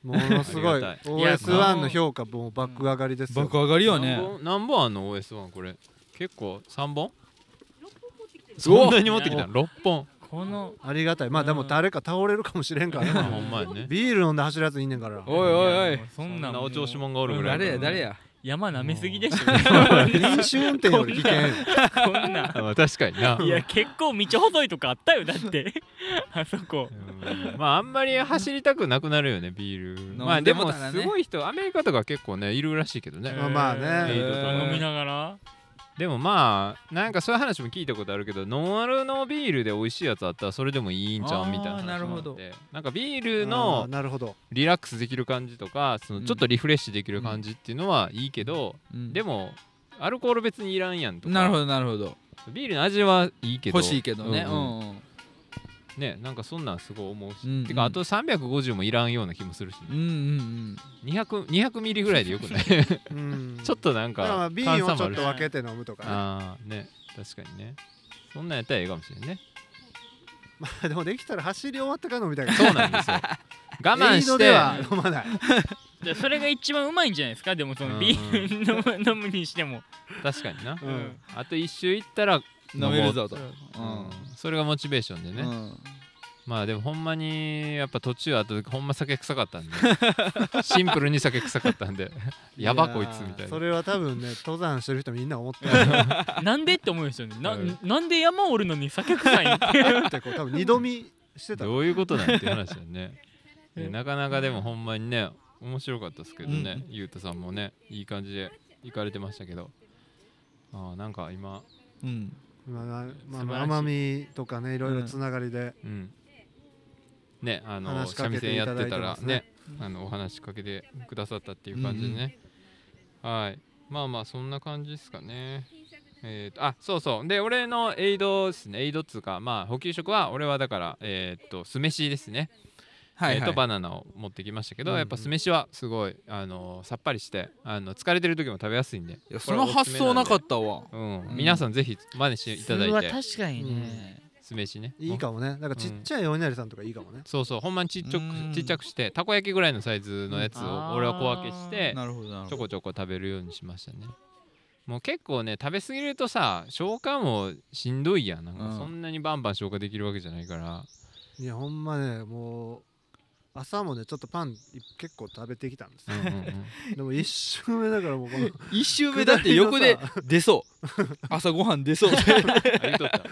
ものすごい
ありが
OS1 の評価もう爆上がりですよ、
爆上がりよ
何
ね
本何本あんの OS1 これ結構3本そんなに持ってきたの6本
この
ありがたいまあでも誰か倒れるかもしれんから
まあ
ね
ほんまやね
ビール飲んで走るやついんねんから
おいおいお
や
い
もうそ
そ
ん
ん
なん
なお調子
もう
者がおるぐらい
誰や誰や
山舐めすぎでしょ
飲酒運転より危険
こんな
あまあ確かにな、
いや結構道細いとこあったよだって あそこ
うんまああんまり走りたくなくなるよねビール
んでも
まあでも
たら
す
ね
ごい人アメリカとか結構ねいるらしいけどね、
まあまあね
えー
いいとこ
飲みながら
でもまあなんかそういう話も聞いたことあるけどノンアルのビールで美味しいやつあったらそれでもいいんちゃう
あー
みたいな話もあ
なるほ
っ
ど
てなんか ビールの
あーなるほど
リラックスできる感じとかその
うん
ちょっとリフレッシュできる感じっていうのはいいけど、で
も
もアルコール別にいらんやんとか
なるほどなるほど
ビールの味はいいけど
欲しいけどね
う
うん
うん
んうん
ねなんかそんなんすごい思うし、
うんうん
てかあと350もいらんような気もするし、
うんうん
200, 200ミリぐらいでよ くない
うん
ちょっとなん
だからまあ
か
瓶をちょっ
し
と分けて飲むとかね
あーね確かにねそんなんやったらええかもしれんね
まあでもできたら走り終わってから飲みたいから
そうなんですよ我慢
エイド
し
で
て
は飲まない
じゃあそれが一番うまいんじゃないですかでもそのビール飲む飲むにしても
確かにな
うん
あと一周行ったら
うん飲めるぞと
うんそれがモチベーションでね、
うん
まあでもほんまにやっぱ途中あとほんま酒臭かったんで シンプルに酒臭かったんで やばこいつみた
や
い
ー
な
それは多分ね登山してる人みんな思ってる
なんでって思うでしょうねな
うん
なんで山おるのに酒臭いん
ってこう多分二度見してた
どういうことなんていう話だよね
うん
ねなかなかでもほんまにね面白かったですけどね、
う
ゆうたさんもねいい感じで行かれてましたけどあーなんか今
うん
まあまあ
素晴
ま
らしい
あ奄美とかねいろいろつながりで
うんねあの
話しか
三味
けて
線
い
や
ただ
っ
いて
てたら
ます
ね
ね
あのお話しかけてくださったっていう感じでね、はいまあまあそんな感じですかねえーとあそうそうで俺のエイドですねエイドっつうかまあ補給食は俺はだからえっと酢飯ですね、
はい
えー
はい
とバナナを持ってきましたけど、
うんうん
やっぱ酢飯はすごいあのさっぱりしてあの疲れてる時も食べやすいんで
いやその発想なかったたわ
うん、
うん
皆さんぜひ真似していただいて
確かに
ね
酢飯ね
いいかもねなんかちっちゃいお稲荷さんとかいいかもね、
そうそうほんまにちっちゃ
うん
くちっちゃくしてたこ焼きぐらいのサイズのやつ
うんあ
を
ー
俺は小分けして
なるほどなる
ちょ
ほど
こちょこ食べるようにしましたねもう結構ね食べ過ぎるとさ消化もしんどいやんなん
う
か
ん
そんなにバンバン消化できるわけじゃないから
いやほんまねもう朝もねちょっとパン結構食べてきたんです
うんうんうん
でも一周目だからもうこの
一周目だって横で
下りのさ
出そう 朝ごはん出そうって
あ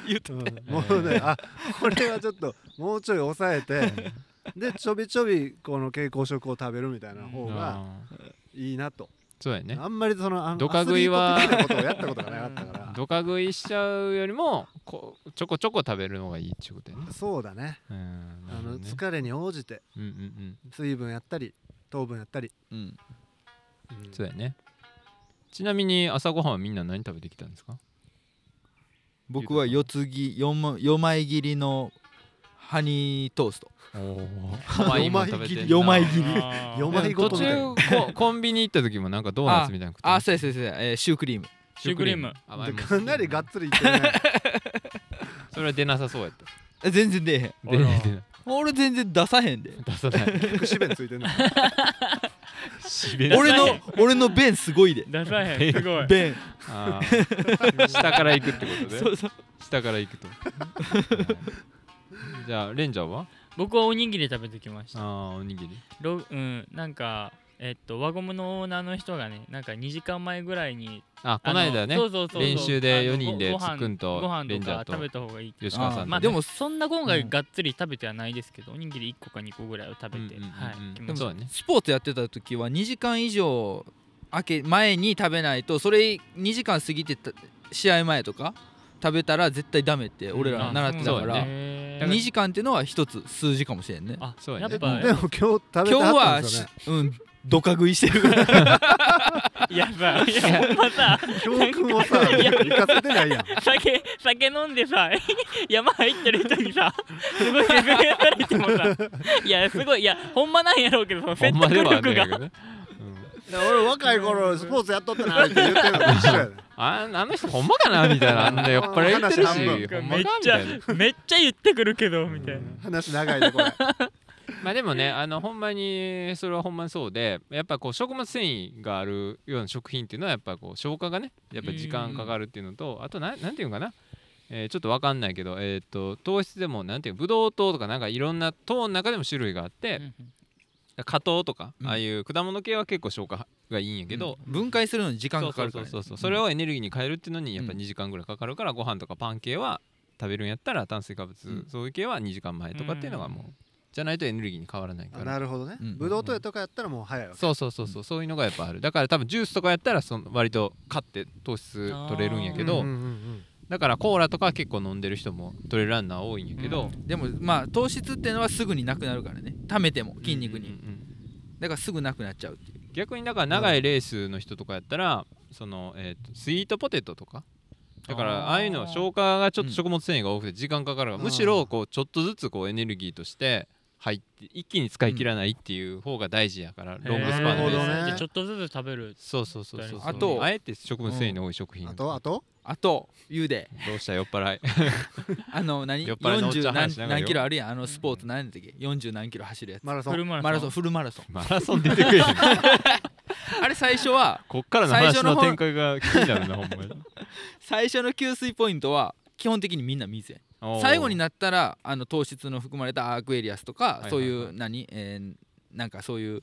言うとった
うんもうねあこれはちょっともうちょい抑 えてでちょびちょびこの蛍光食を食べるみたいな方が
うん
いいなと、
そうやね
あんまりそのあの
ドカ食いは
アスリート的なことをやったことがなかっ たから
ドカ食いしちゃうよりもこうちょこちょこ食べるのがいいっちゅうことやね
そうだね
うんなる
あ
ほど
の
ね
疲れに応じて
うんうんうん
水分やったり糖分やったり、
うん
うん
そうやねちなみに朝ごはんはみんな何食べてきたんですか
僕は四つぎ四枚四枚切りのハニートースト
おお甘いもん食べてんな
四枚切り
あー
四枚ご
途
とみたいな
中 こコンビニ行った時もなんかドーナツみたいなの食って
あそうですそうです、えーシュークリーム
シュークリーム
甘い
で
もん
かなりがっつりいってる ね
それは出なさそうやった
え全然出えへん
あ
出
ら
ない出ない
俺全然出さへんで
出さない
結構紙弁ついてるね
出さへん
俺の俺の便すごいで
出さへ んすごい
便
あ ー下から行くってことで
そうそう
下から行くとじゃあレンジャーは
僕はおにぎり食べてきまし
あ
た
ーおにぎり
ロうんなんかえっと輪ゴムのオーナーの人がねなんか2時間前ぐらいに
あ
あ
こ
の
ないだね
そうそうそうそう
練習
あ
で
の
4人で
ごご
つっ
飯
くんと
ご飯
レン
と
ジャー
か
と
食べた方がいい
吉川さんと、ね、
まあでもそんな今
うん
回がっつり食べてはないですけど、おにぎり1個か2個ぐらいを食べて、
うんうんうんうん
はい来
で
ま
も
し
そう
た
だね
スポーツやってた時は2時間以上明け前に食べないとそれ2時間過ぎてた試合前とか食べたら絶対ダメって俺ら
あ
習ってた
そ
か
う
だ
ら、
ねへー
2時間っていうのは一つ数字かもしれんね
あ
そうや
やっ
ね
ぱ
でも今日食べ
今
て
日
はったん
は
ですよね
しうんどか食いしてる
やばいいやまた
教訓をさ、
いや
行かせ てないやん。
酒酒飲んでさ 山入ってる人 にさすごい説明されてもさいやすごいいやほんまなんやろうけどその
ほ
説
んま
得
ではあんねんや
力が、
けどね、うん
俺若い頃スポーツやっとったなって言ってるのと一緒やね。
ああの人ほんまかなみたいなあんな酔っ払い言ってる
話半
しほんま
めっ
かみ
ちゃ
たいな
めっちゃ言ってくるけどみたいな
話長いでこれ。
まあでもねあのほんまにそれはほんまにそうでやっぱこう食物繊維があるような食品っていうのはやっぱこう消化がねやっぱ時間かかるっていうのとあとななんていうのかな、えーちょっとわかんないけど、えー、と糖質でもなんていうブドウ糖とかなんかいろんな糖の中でも種類があって、果糖とか、
うん
ああいう果物系は結構消化がいいんやけど、
分解するのに時間かかるからね、
そうそうそうそうそれをエネルギーに変えるっていうのにやっぱ2時間ぐらいかかるから、ご飯とかパン系は食べるんやったら炭水化物、
うん
そういう系は2時間前とかっていうのがもう、
うん
じゃないとエネルギーに変わらないか
あ
ら
なるほどね
うん。
ブドウ糖とかやったらもう早いわけ。
そうそうそうそう、そういうのがやっぱあるだから多分ジュースとかやったらその割と買って糖質取れるんやけど、
うんうんうん
だからコーラとかは結構飲んでる人も取れるランナー多いんやけど、
でもまあ糖質っていうのはすぐになくなるからね溜めても筋肉に、
うんうんうん
だからすぐなくなっちゃうっていう
逆にだから長いレースの人とかやったら、その、えーとスイートポテトとかだか
あー
らああいうのは消化がちょっ
うん
と食物繊維が多くて時間かかるから、
あー
むしろこうちょっとずつこうエネルギーとして入って一気に使い切らないっていう方が大事やから、ロングスパン
な
の
る
レ
ほどね
ース
でちょっとずつ食べる
そうそうそうそう
あ
と
あえて食物繊維の多い食品、
あ
ど
とあと
あと言うで
うした酔っ 払い
あの何
酔っ払いのおっちゃ
40
ん話しなが
何
らよ
何キロあるやんあのスポーツ何やったっけ40何キロ走るやつ
マラソ
フル
ン。
マラソン
マラソンフルマラソン
マラソン出てくるやん
あれ最初は
こっからの
最
話
初の
の
方
展開が気になるなほんまに
最初の給水ポイントは基本的にみんな水や
おー
最後になったらあの糖質の含まれたアクエリアスとか、
いはいはい
そういう何、えーなんかそういう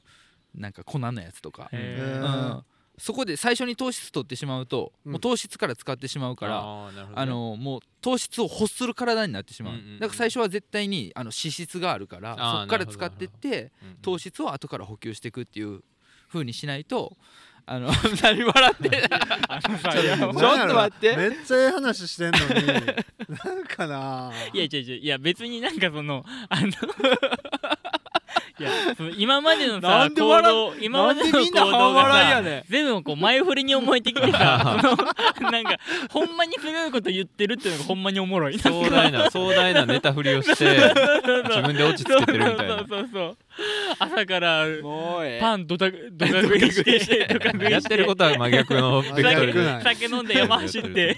なんか粉のやつとか、
へ
う
ー
えー
ん、そこで最初に糖質取ってしまうと、
うん
もう糖質から使ってしまうから
あーなるほどね
あのもう糖質を欲する体になってしまう,、
うんうんうん
だから最初は絶対にあの脂質があるから
あー
そこから
なるほど
使ってって
うんうん
糖質を後から補給していくっていう風にしないとあの 何笑って る
あのさ
ちょ
いや
ちょっと待って
めっちゃええ話してんのに。 なんかな。
いやいやいやいや別になんかそのあのいやその今までの
な
さ
んで
行
笑
動今までの行動がさ
ね
全部こう前振りに思えてきてさそのなんかほんまにすごいこと言ってるっていうのがほんまにおもろい な
壮大な壮大なネタ振りをして自分で落ち着けてるみたいな
そうそうそうそう朝から
もうええ
パンドタドタ食い してドタ食いして
やってることは真逆 のベクトル
真逆
で
なはい
酒飲んで山走って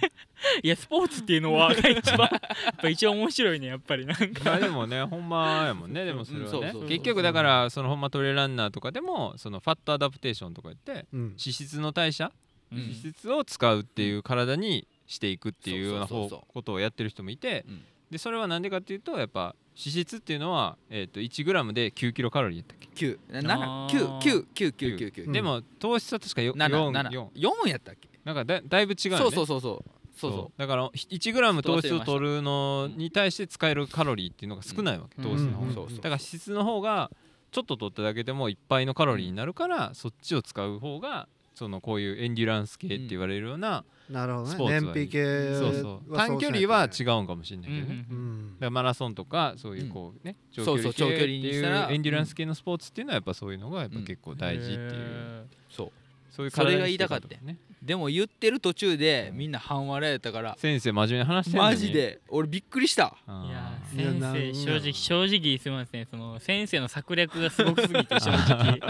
いやスポーツっていうのはが一番やっぱ一番面白いねやっぱりなんか
まあでもねほんまやもんねでもそれは
うんそう
ね
そうそう
結局だからそのほんまトレランナーとかでもそのファットアダプテーションとか言って
うん
脂質の代謝
う
脂
ん
質を使うっていう体にしていくっていうような
そうそう
方
そうそう
ことをやってる人もいて
うん
でそれはなんでかっていうとやっぱ脂質っていうのは、えー、と 1g で9キロカロリーやったっけ
九
あ
七
ー
九九九九九
うん
九
でも糖質は確かよ
七
4
七
4
四やったっけ？
なんかだだいぶ違うよね
そうそうそうそうそうそ
だから1グラム
ちょ
糖
っと忘れ
質
ま
を
した
取るのに対して使えるカロリーっていうのが少ないわけ、
うん
糖質の方が、
うん
そうそう
だから脂質の方がちょっと取っただけでもいっぱいのカロリーになるから、そっちを使う方がそのこういうエンデュランス系って言われるような、
なるほ
ス
ど
ポ
ね
ーツ
燃
はいい
費系は
そ
そうう
そ
しないうとね
短距離は違うんかもしれないけど
う
ね、だ
うんん
からマラソンとかそういうこうね、
うん
長距離
そうそう長距離
系って
に
い
したら
うエンデュランス系のスポーツっていうのはやっぱそういうのがやっぱ
うん
結構大事っていう、
へ
そう
そういう
それが
体にして
言
いく
いたかった
とね
でも言ってる途中でみんな半笑いやったから
先生真面目に話してんのに
マジで俺びっくりした
うん
ーいや
いやなん
ー先生正直正直すみませんその先生の策略がすごくすぎて正直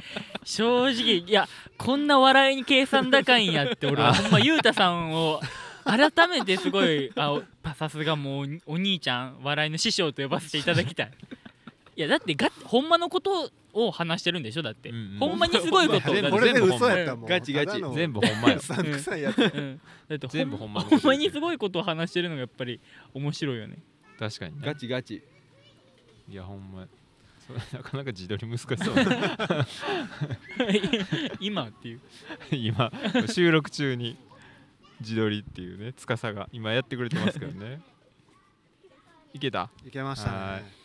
正直いやこんな笑いに計算高いんやって俺はほんまゆうたさんを改めてすごいあおさすがもうおお兄ちゃん笑いの師匠と呼ばせていただきたいいやだってがほんまのことを話してるんでしょだって、
うんうん
ほんまにすごいことを
全部
だっ
こ
て
れで嘘やったもん
ガチガチ
ただの
全部ほん まや
うさんくさいやつ
うんだってほん
全部ほんまのこと
ほんまにすごいことを話してるのがやっぱり面白いよね
確かにね
ガチガチ
いやほんまやそれ なかなか自撮り難しそうな
今っていう
今収録中に自撮りっていうね司が今やってくれてますけどねいけた
いけました
は
ね
い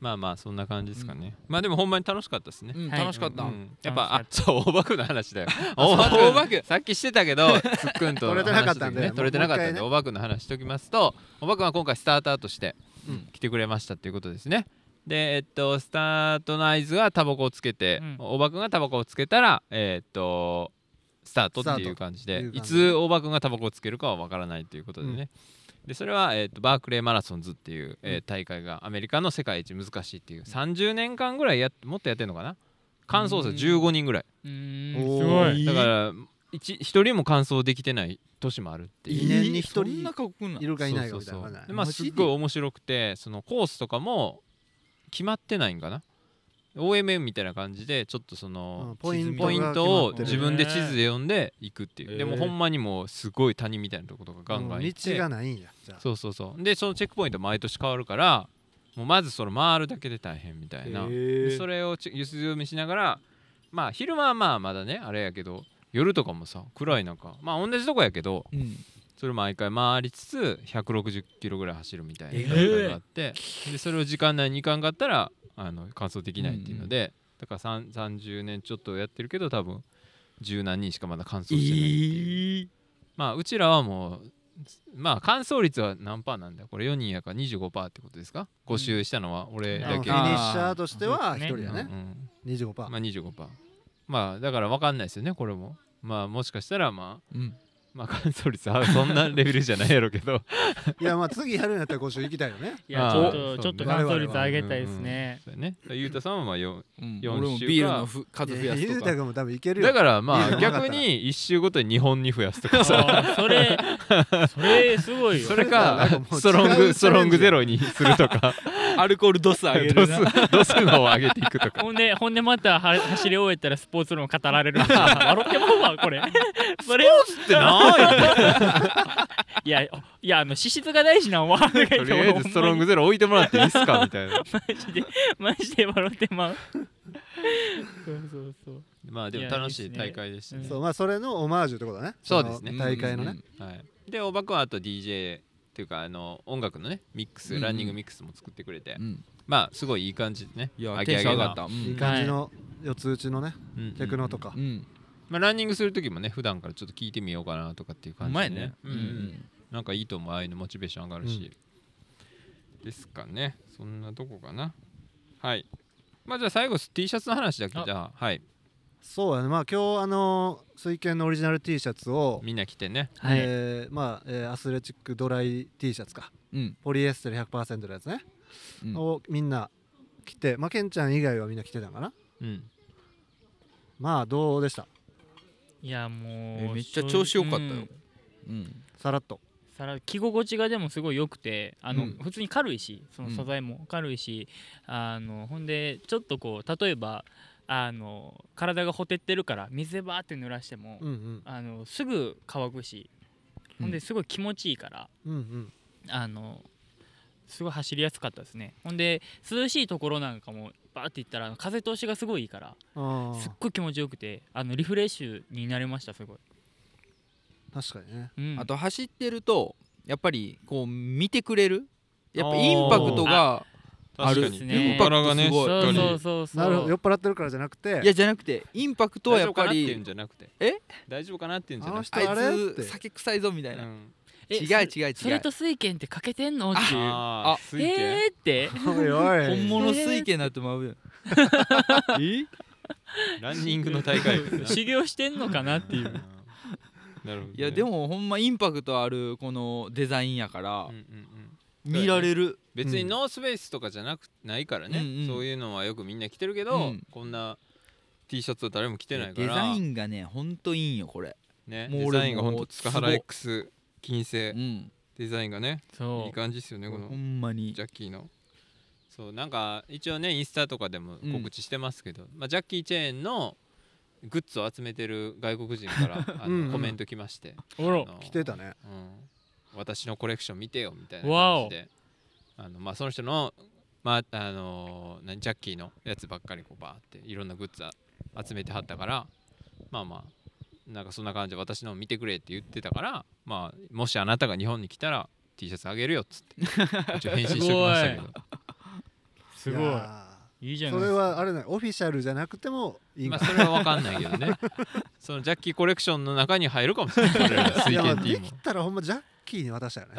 まあまあそんな感じですかね、まあでもほんまに楽しかったですね、
うん
はい
楽しかった
うんやっぱあ
楽
そう大爆の話だ よ大爆
大爆
さっきしてたけ どつっくんとの
取れてなかったん
話の時に
で
ね取れてなかったんで
も
大爆の話しておきますと大爆は今回スターターとして
うん
来てくれましたっていうことですねでえっとスタートの合図がタバコをつけて
うん
大爆がタバコをつけたらえっとスタートっていう感じで
スタートっていう
い
感じで
つ大場君がタバコをつけるかはわからないということでね、でそれは、えー、とバークレーマラソンズっていう、えー大会がアメリカの世界一難しいっていう30年間ぐらいやっもっとやってんのかな完走者15人ぐらい
うん
おー
すごい
だから一一人も完走できてない年もあるっていう。
2年に1
そんな
人
過酷ないい
るかいないか
そう
みたい
そう
な
そ
の
う
が
で
ね
ま
マ
あ
ジ
す
で
っごい面白くてそのコースとかも決まってないんかな OMM みたいな感じでちょっとその、
うんポイント
ポ
が
イ
決ま
ン
って
トを
る
自分で地図で読んでいくっていう、
へー
でもほんまにもうすごい谷みたいなとことかガンガン行って、
道がないんやじゃあ
そうそうそうでそのチェックポイント毎年変わるからもうまずその回るだけで大変みたいな、でそれをちゆす読みしながらまあ昼間はまあまだねあれやけど夜とかもさ暗い中まあ同じとこやけど
うん
それ毎回回りつつ160キロぐらい走るみたい
え
な
ー
大会があって、でそれを時間内にいかんかったらあの完走できないっていうので、だからさん30年ちょっとやってるけど多分十何人しかまだ完走してないっていう、まあうちらはもうまあ完走率は何パーなんだこれ4人やから25パーってことですか5周したのは俺
うん
だけ、
フィニッシャーとしては
あー
1人や
うん
ね
うん
25%
まあ25パーまあだから分かんないですよねこれもまあもしかしたらまあ
うん
まあ完走率 はそんなレベルじゃないやろうけど
いやまあ次やるんやったら5周行きたいよね
いや
あ
ちょ
ー
っとち
そ
ょ
うね
っと乾燥率上げたいですね
そうやね。ゆうたさんはまあよ
うん
四
俺も
週
ビール
か
のふ数増
いや
や
ゆ
す
う
と
た
か
くんも多分いけるよ
だからま
いい
あ
よ
逆に1週ごとに2本に増やすとか
あーそれそれすごいよ
それ
なん
か
かもう
ストロン
違うチャレ
グ
ンジ
ストロングゼロにすると か
アルコール度数上げ
度
るな
数度数のを上げてい くとか
ほんでほんでまたは走り終えたらスポーツ論語られるんですよ笑ってまうわこれそれ
ってない
やいやあの資質が大事なんわとか言
と
って
りあえずストロングゼロ置いてもらっていいっすかみたいな
ほんまにマジでマジで笑ってまうそうそうそう
まあでも楽しい大会でしたね
いやいいっす
そうまあそれのオマージュってことだね
そうですね
の大会のね
はい、でおばくんはあと DJ っていうかあの音楽のねミックス、
うんうん
ランニングミックスも作ってくれて、
うんうん
まあすごいいい感じでね
いや
ア
テ
ゲ
ン
ア
ション上
ゲ
が
な
ったう
いい
ん
感じの四つ打ちのね
うんうん
テクノとか
うん
まあ、ランニングする時もね普段からちょっと聞いてみようかなとかっていう
う
感じ
ま
で
いね
うんうんなんかいいと思うああいうのモチベーション上がるし、ですかねそんなとこかなはいまあじゃあ最後 T シャツの話だけ
あ
じゃあはい
そうやねまあ今日あの水拳のオリジナル T シャツを
みんな着てね
はい、
えーまあえーアスレチックドライ T シャツか
うん
ポリエステル100%のやつね
うん
をみんな来てまあケンちゃん以外はみんな来てたんかな
うん
まあどうでした
いやも
え
う
めっちゃ調子良かったよ
うん
うん
さらっと
さら着心地がでもすごい良くてあの、
うん
普通に軽いしその
うん
素材も軽いし、あのほんでちょっとこう例えばあの体がほてってるから水でバーって濡らしても、
うんうん
あのすぐ乾くし
うん
ほんですごい気持ちいいから、
うんうん
あのすごい走りやすかったですねほんで涼しいところなんかもバーって行ったら風通しがすごいいいから
あ
すっ
あ
ごい気持ちよくてあのリフレッシュになりましたすごい、
確かにね
うん、
あと走ってるとやっぱりこう見てくれるやっぱインパクトがあ
確
る
か
で
に
すね
横からがねしっ
そう
か
そう
り
そうそうそう
なるほど酔っ払ってるからじゃなくて
いやじゃなくてインパクトはやっぱ
大丈夫かなっていうん
り
じゃなくて
え
大丈夫かなっていうんじ
あ
ゃな
の
くて
人
あ
あれ
い
っ
つ
て
酒臭いぞみたいな
うん
え
違う
それ
違う違う
それと水拳ってかけてんのっていう
ああ水
え
拳
ーって
おいおい
本物水系になってまうよえ
ランニングの大 会
修行してんのかなってい
うん
う
なるほどね
いやでもほんまインパクトあるこのデザインやから
うんうんうん
見られる
別に
うん
ノースペースとかじゃなくないからね、
うんうん
そういうのはよくみんな着てるけど、
うん
こんな T シャツは誰も着てないか
デ
ら
ザインがねほんといいんよこれ
ね、
もう
デ
俺
ザインがほん
も
と
う
塚原 X 金
う
星
ん
デザインがねい
そ
いう感じですよねこの
ほんまに
ジャッキーのそうなんか一応ねインスタとかでも告知してますけど、まあ、ジャッキー・チェーンのグッズを集めてる外国人から あの
うんうん
コメント来まして
おろ
あの
来てたね
うん、私のコレクション見てよみたいな
わ
感
お
じであの、まあ、その人の、まああのー何ジャッキーのやつばっかりこうバーっていろんなグッズあ集めてはったからまあまあなんかそんな感じで私のも見てくれって言ってたから、まあ、もしあなたが日本に来たら T シャツあげるよっつって一応返信しておきましたけど
す
い
ごい
や
いいじ
ー
ゃない
そ
で
れ
すか
はあれねオフィシャルじゃなくてもいいん
まあ
か
それは分かんないけどねそのジャッキーコレクションの中に入るかもしれない俺らの
い
水
やまあ
拳 T
で
も
きたらほんまジャッキーに渡したよね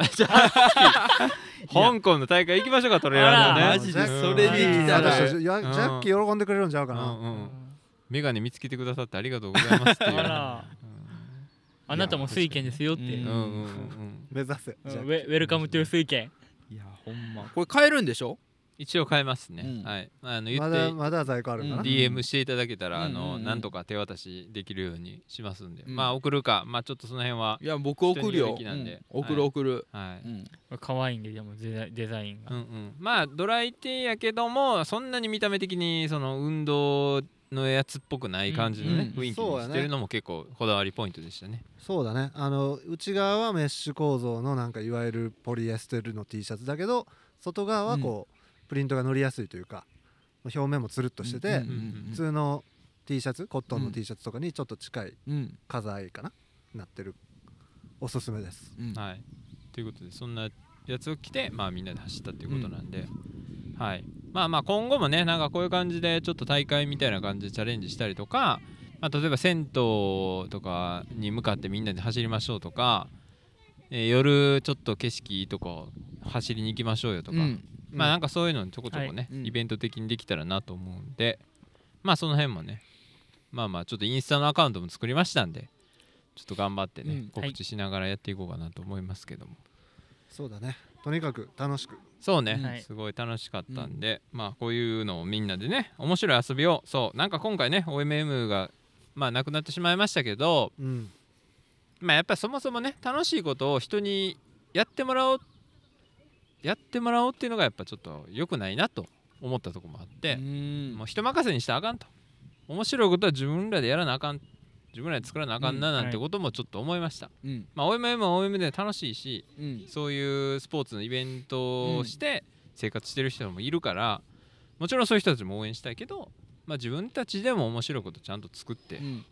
香港の大会行きましょうかトレーラー
あ
で
ら
ね
マジで
うん
それできた
渡し
ら
たジャジャッキー喜んでくれるんちゃうかな、
うんうんメガネ見つけてくださってありがとうございますっていう。
あらあなたも水拳ですよって、
う
うんん
う
うん
んうん、
目指せ
ウ
ジャッキー
ェウェルカムトゥー水拳
いやほんまこれ買えるんでしょ
一応変えますね。
うん
はい。あの言
ま
っ
だ
て
まだ在庫あるんだな、
うん
DM していただけたら、あ
うんうん
の
うん
なんとか手渡しできるようにしますんで、
うん
まあ送るか、まあちょっとその辺はい
や僕送るよ
人によりきなんで
うん送る
はい
送る
はい。
うん
可愛いんででもデザインデザイン
う
が、
んうん、まあドライティーやけどもそんなに見た目的にその運動のやつっぽくない感じのね、
うん
雰囲気
そう
に
や
し
ね
てるのも結構こだわりポイントでしたね。
そうだねあの内側はメッシュ構造のなんかいわゆるポリエステルの T シャツだけど外側はこう、プリントが乗りやすいというか表面もつるっとしてて、
うんうんうん
普通の T シャツコットン
う
の
ん
T シャツとかにちょっと近い
うん
風合いかななってるおすすめです
うん
はい、ということでそんなやつを着て、まあ、みんなで走ったっていうことなんで、はい、まあまあ今後もねなんかこういう感じでちょっと大会みたいな感じでチャレンジしたりとか、まあ、例えば銭湯とかに向かってみんなで走りましょうとか、えー夜ちょっと景色いいとこ走りに行きましょうよとか、
うん
まあなんかそういうのちょこちょこね、
はいうん
イベント的にできたらなと思うんでまあその辺もねまあまあちょっとインスタのアカウントも作りましたんでちょっと頑張ってね、
うん
告知しながらやっていこうかなと思いますけども、
そうだねとにかく楽しく
そうね、
はい
すごい楽しかったんで、まあこういうのをみんなでね面白い遊びをそうなんか今回ね OMM がまあなくなってしまいましたけど
うん
まあやっぱりそもそもね楽しいことを人にやってもらおうやってもらおうっていうのがやっぱちょっと良くないなと思ったとこもあって、
うん
もう人任せにしたらあかんと面白いことは自分らでやらなあかん自分らで作らなあかんな
うん
なんてこともちょっと思いました、
うん
まあ OMM は OMM で楽しいし
うん
そういうスポーツのイベントをして生活してる人もいるからもちろんそういう人たちも応援したいけど、まあ、自分たちでも面白いことちゃんと作って
うん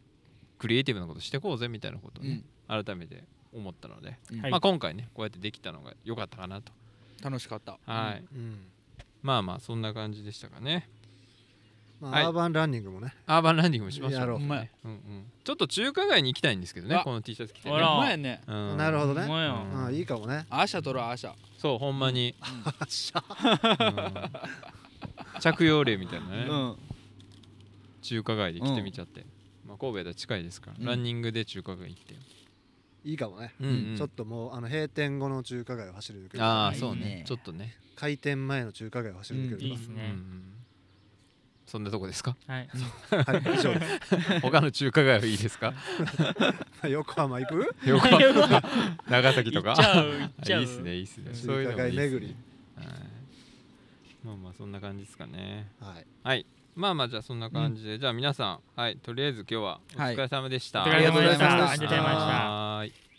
クリエイティブなことしてこうぜみたいなことを
う
ね
ん
改めて思ったので、
うん
はい
まあ、今回ねこうやってできたのが良かったかなと、
楽しかった
はい
うん
まあまあそんな感じでしたかね
まあ、
はい
アーバンランニングもね
アーバンランディングもしましょう
やろう
ほんまや
うんうん、ちょっと中華街に行きたいんですけどね
あ
この T シャツ着て
あ
ね
ら
ほんまやね
うん
なるほどね
ほんまや
うん
ああいいかもね
アーシャ取ろうアーシャ
そうほんまに、うん着用例みたいなね、
うん
中華街で着てみちゃって、まあ、神戸だと近いですから、
うん
ランニングで中華街行って、
いいかもね、
うんうん
ちょっともうあの閉店後の中華街を走り抜ける
ああ
いいね
そうねちょっとね、
開店前の中華街を走り抜ける
い
と
い
か
です
うんう
ね、
んそんなとこですか
はい、
はい以上です
他の中華街はいいですか
横浜行く
横浜長崎とか
行っちゃう行っち ゃう
いいっすねいいっすね
中華街
そういうのもいいっすね
巡り
はいまあまあそんな感じですかね
はい
はいまあまあじゃあそんな感じで、じゃあ皆さんはいとりあえず今日はお疲れ様でした、
お
あ
疲
り
れ
がとう
様
ござい
でし
ました
たありがとうございました
はい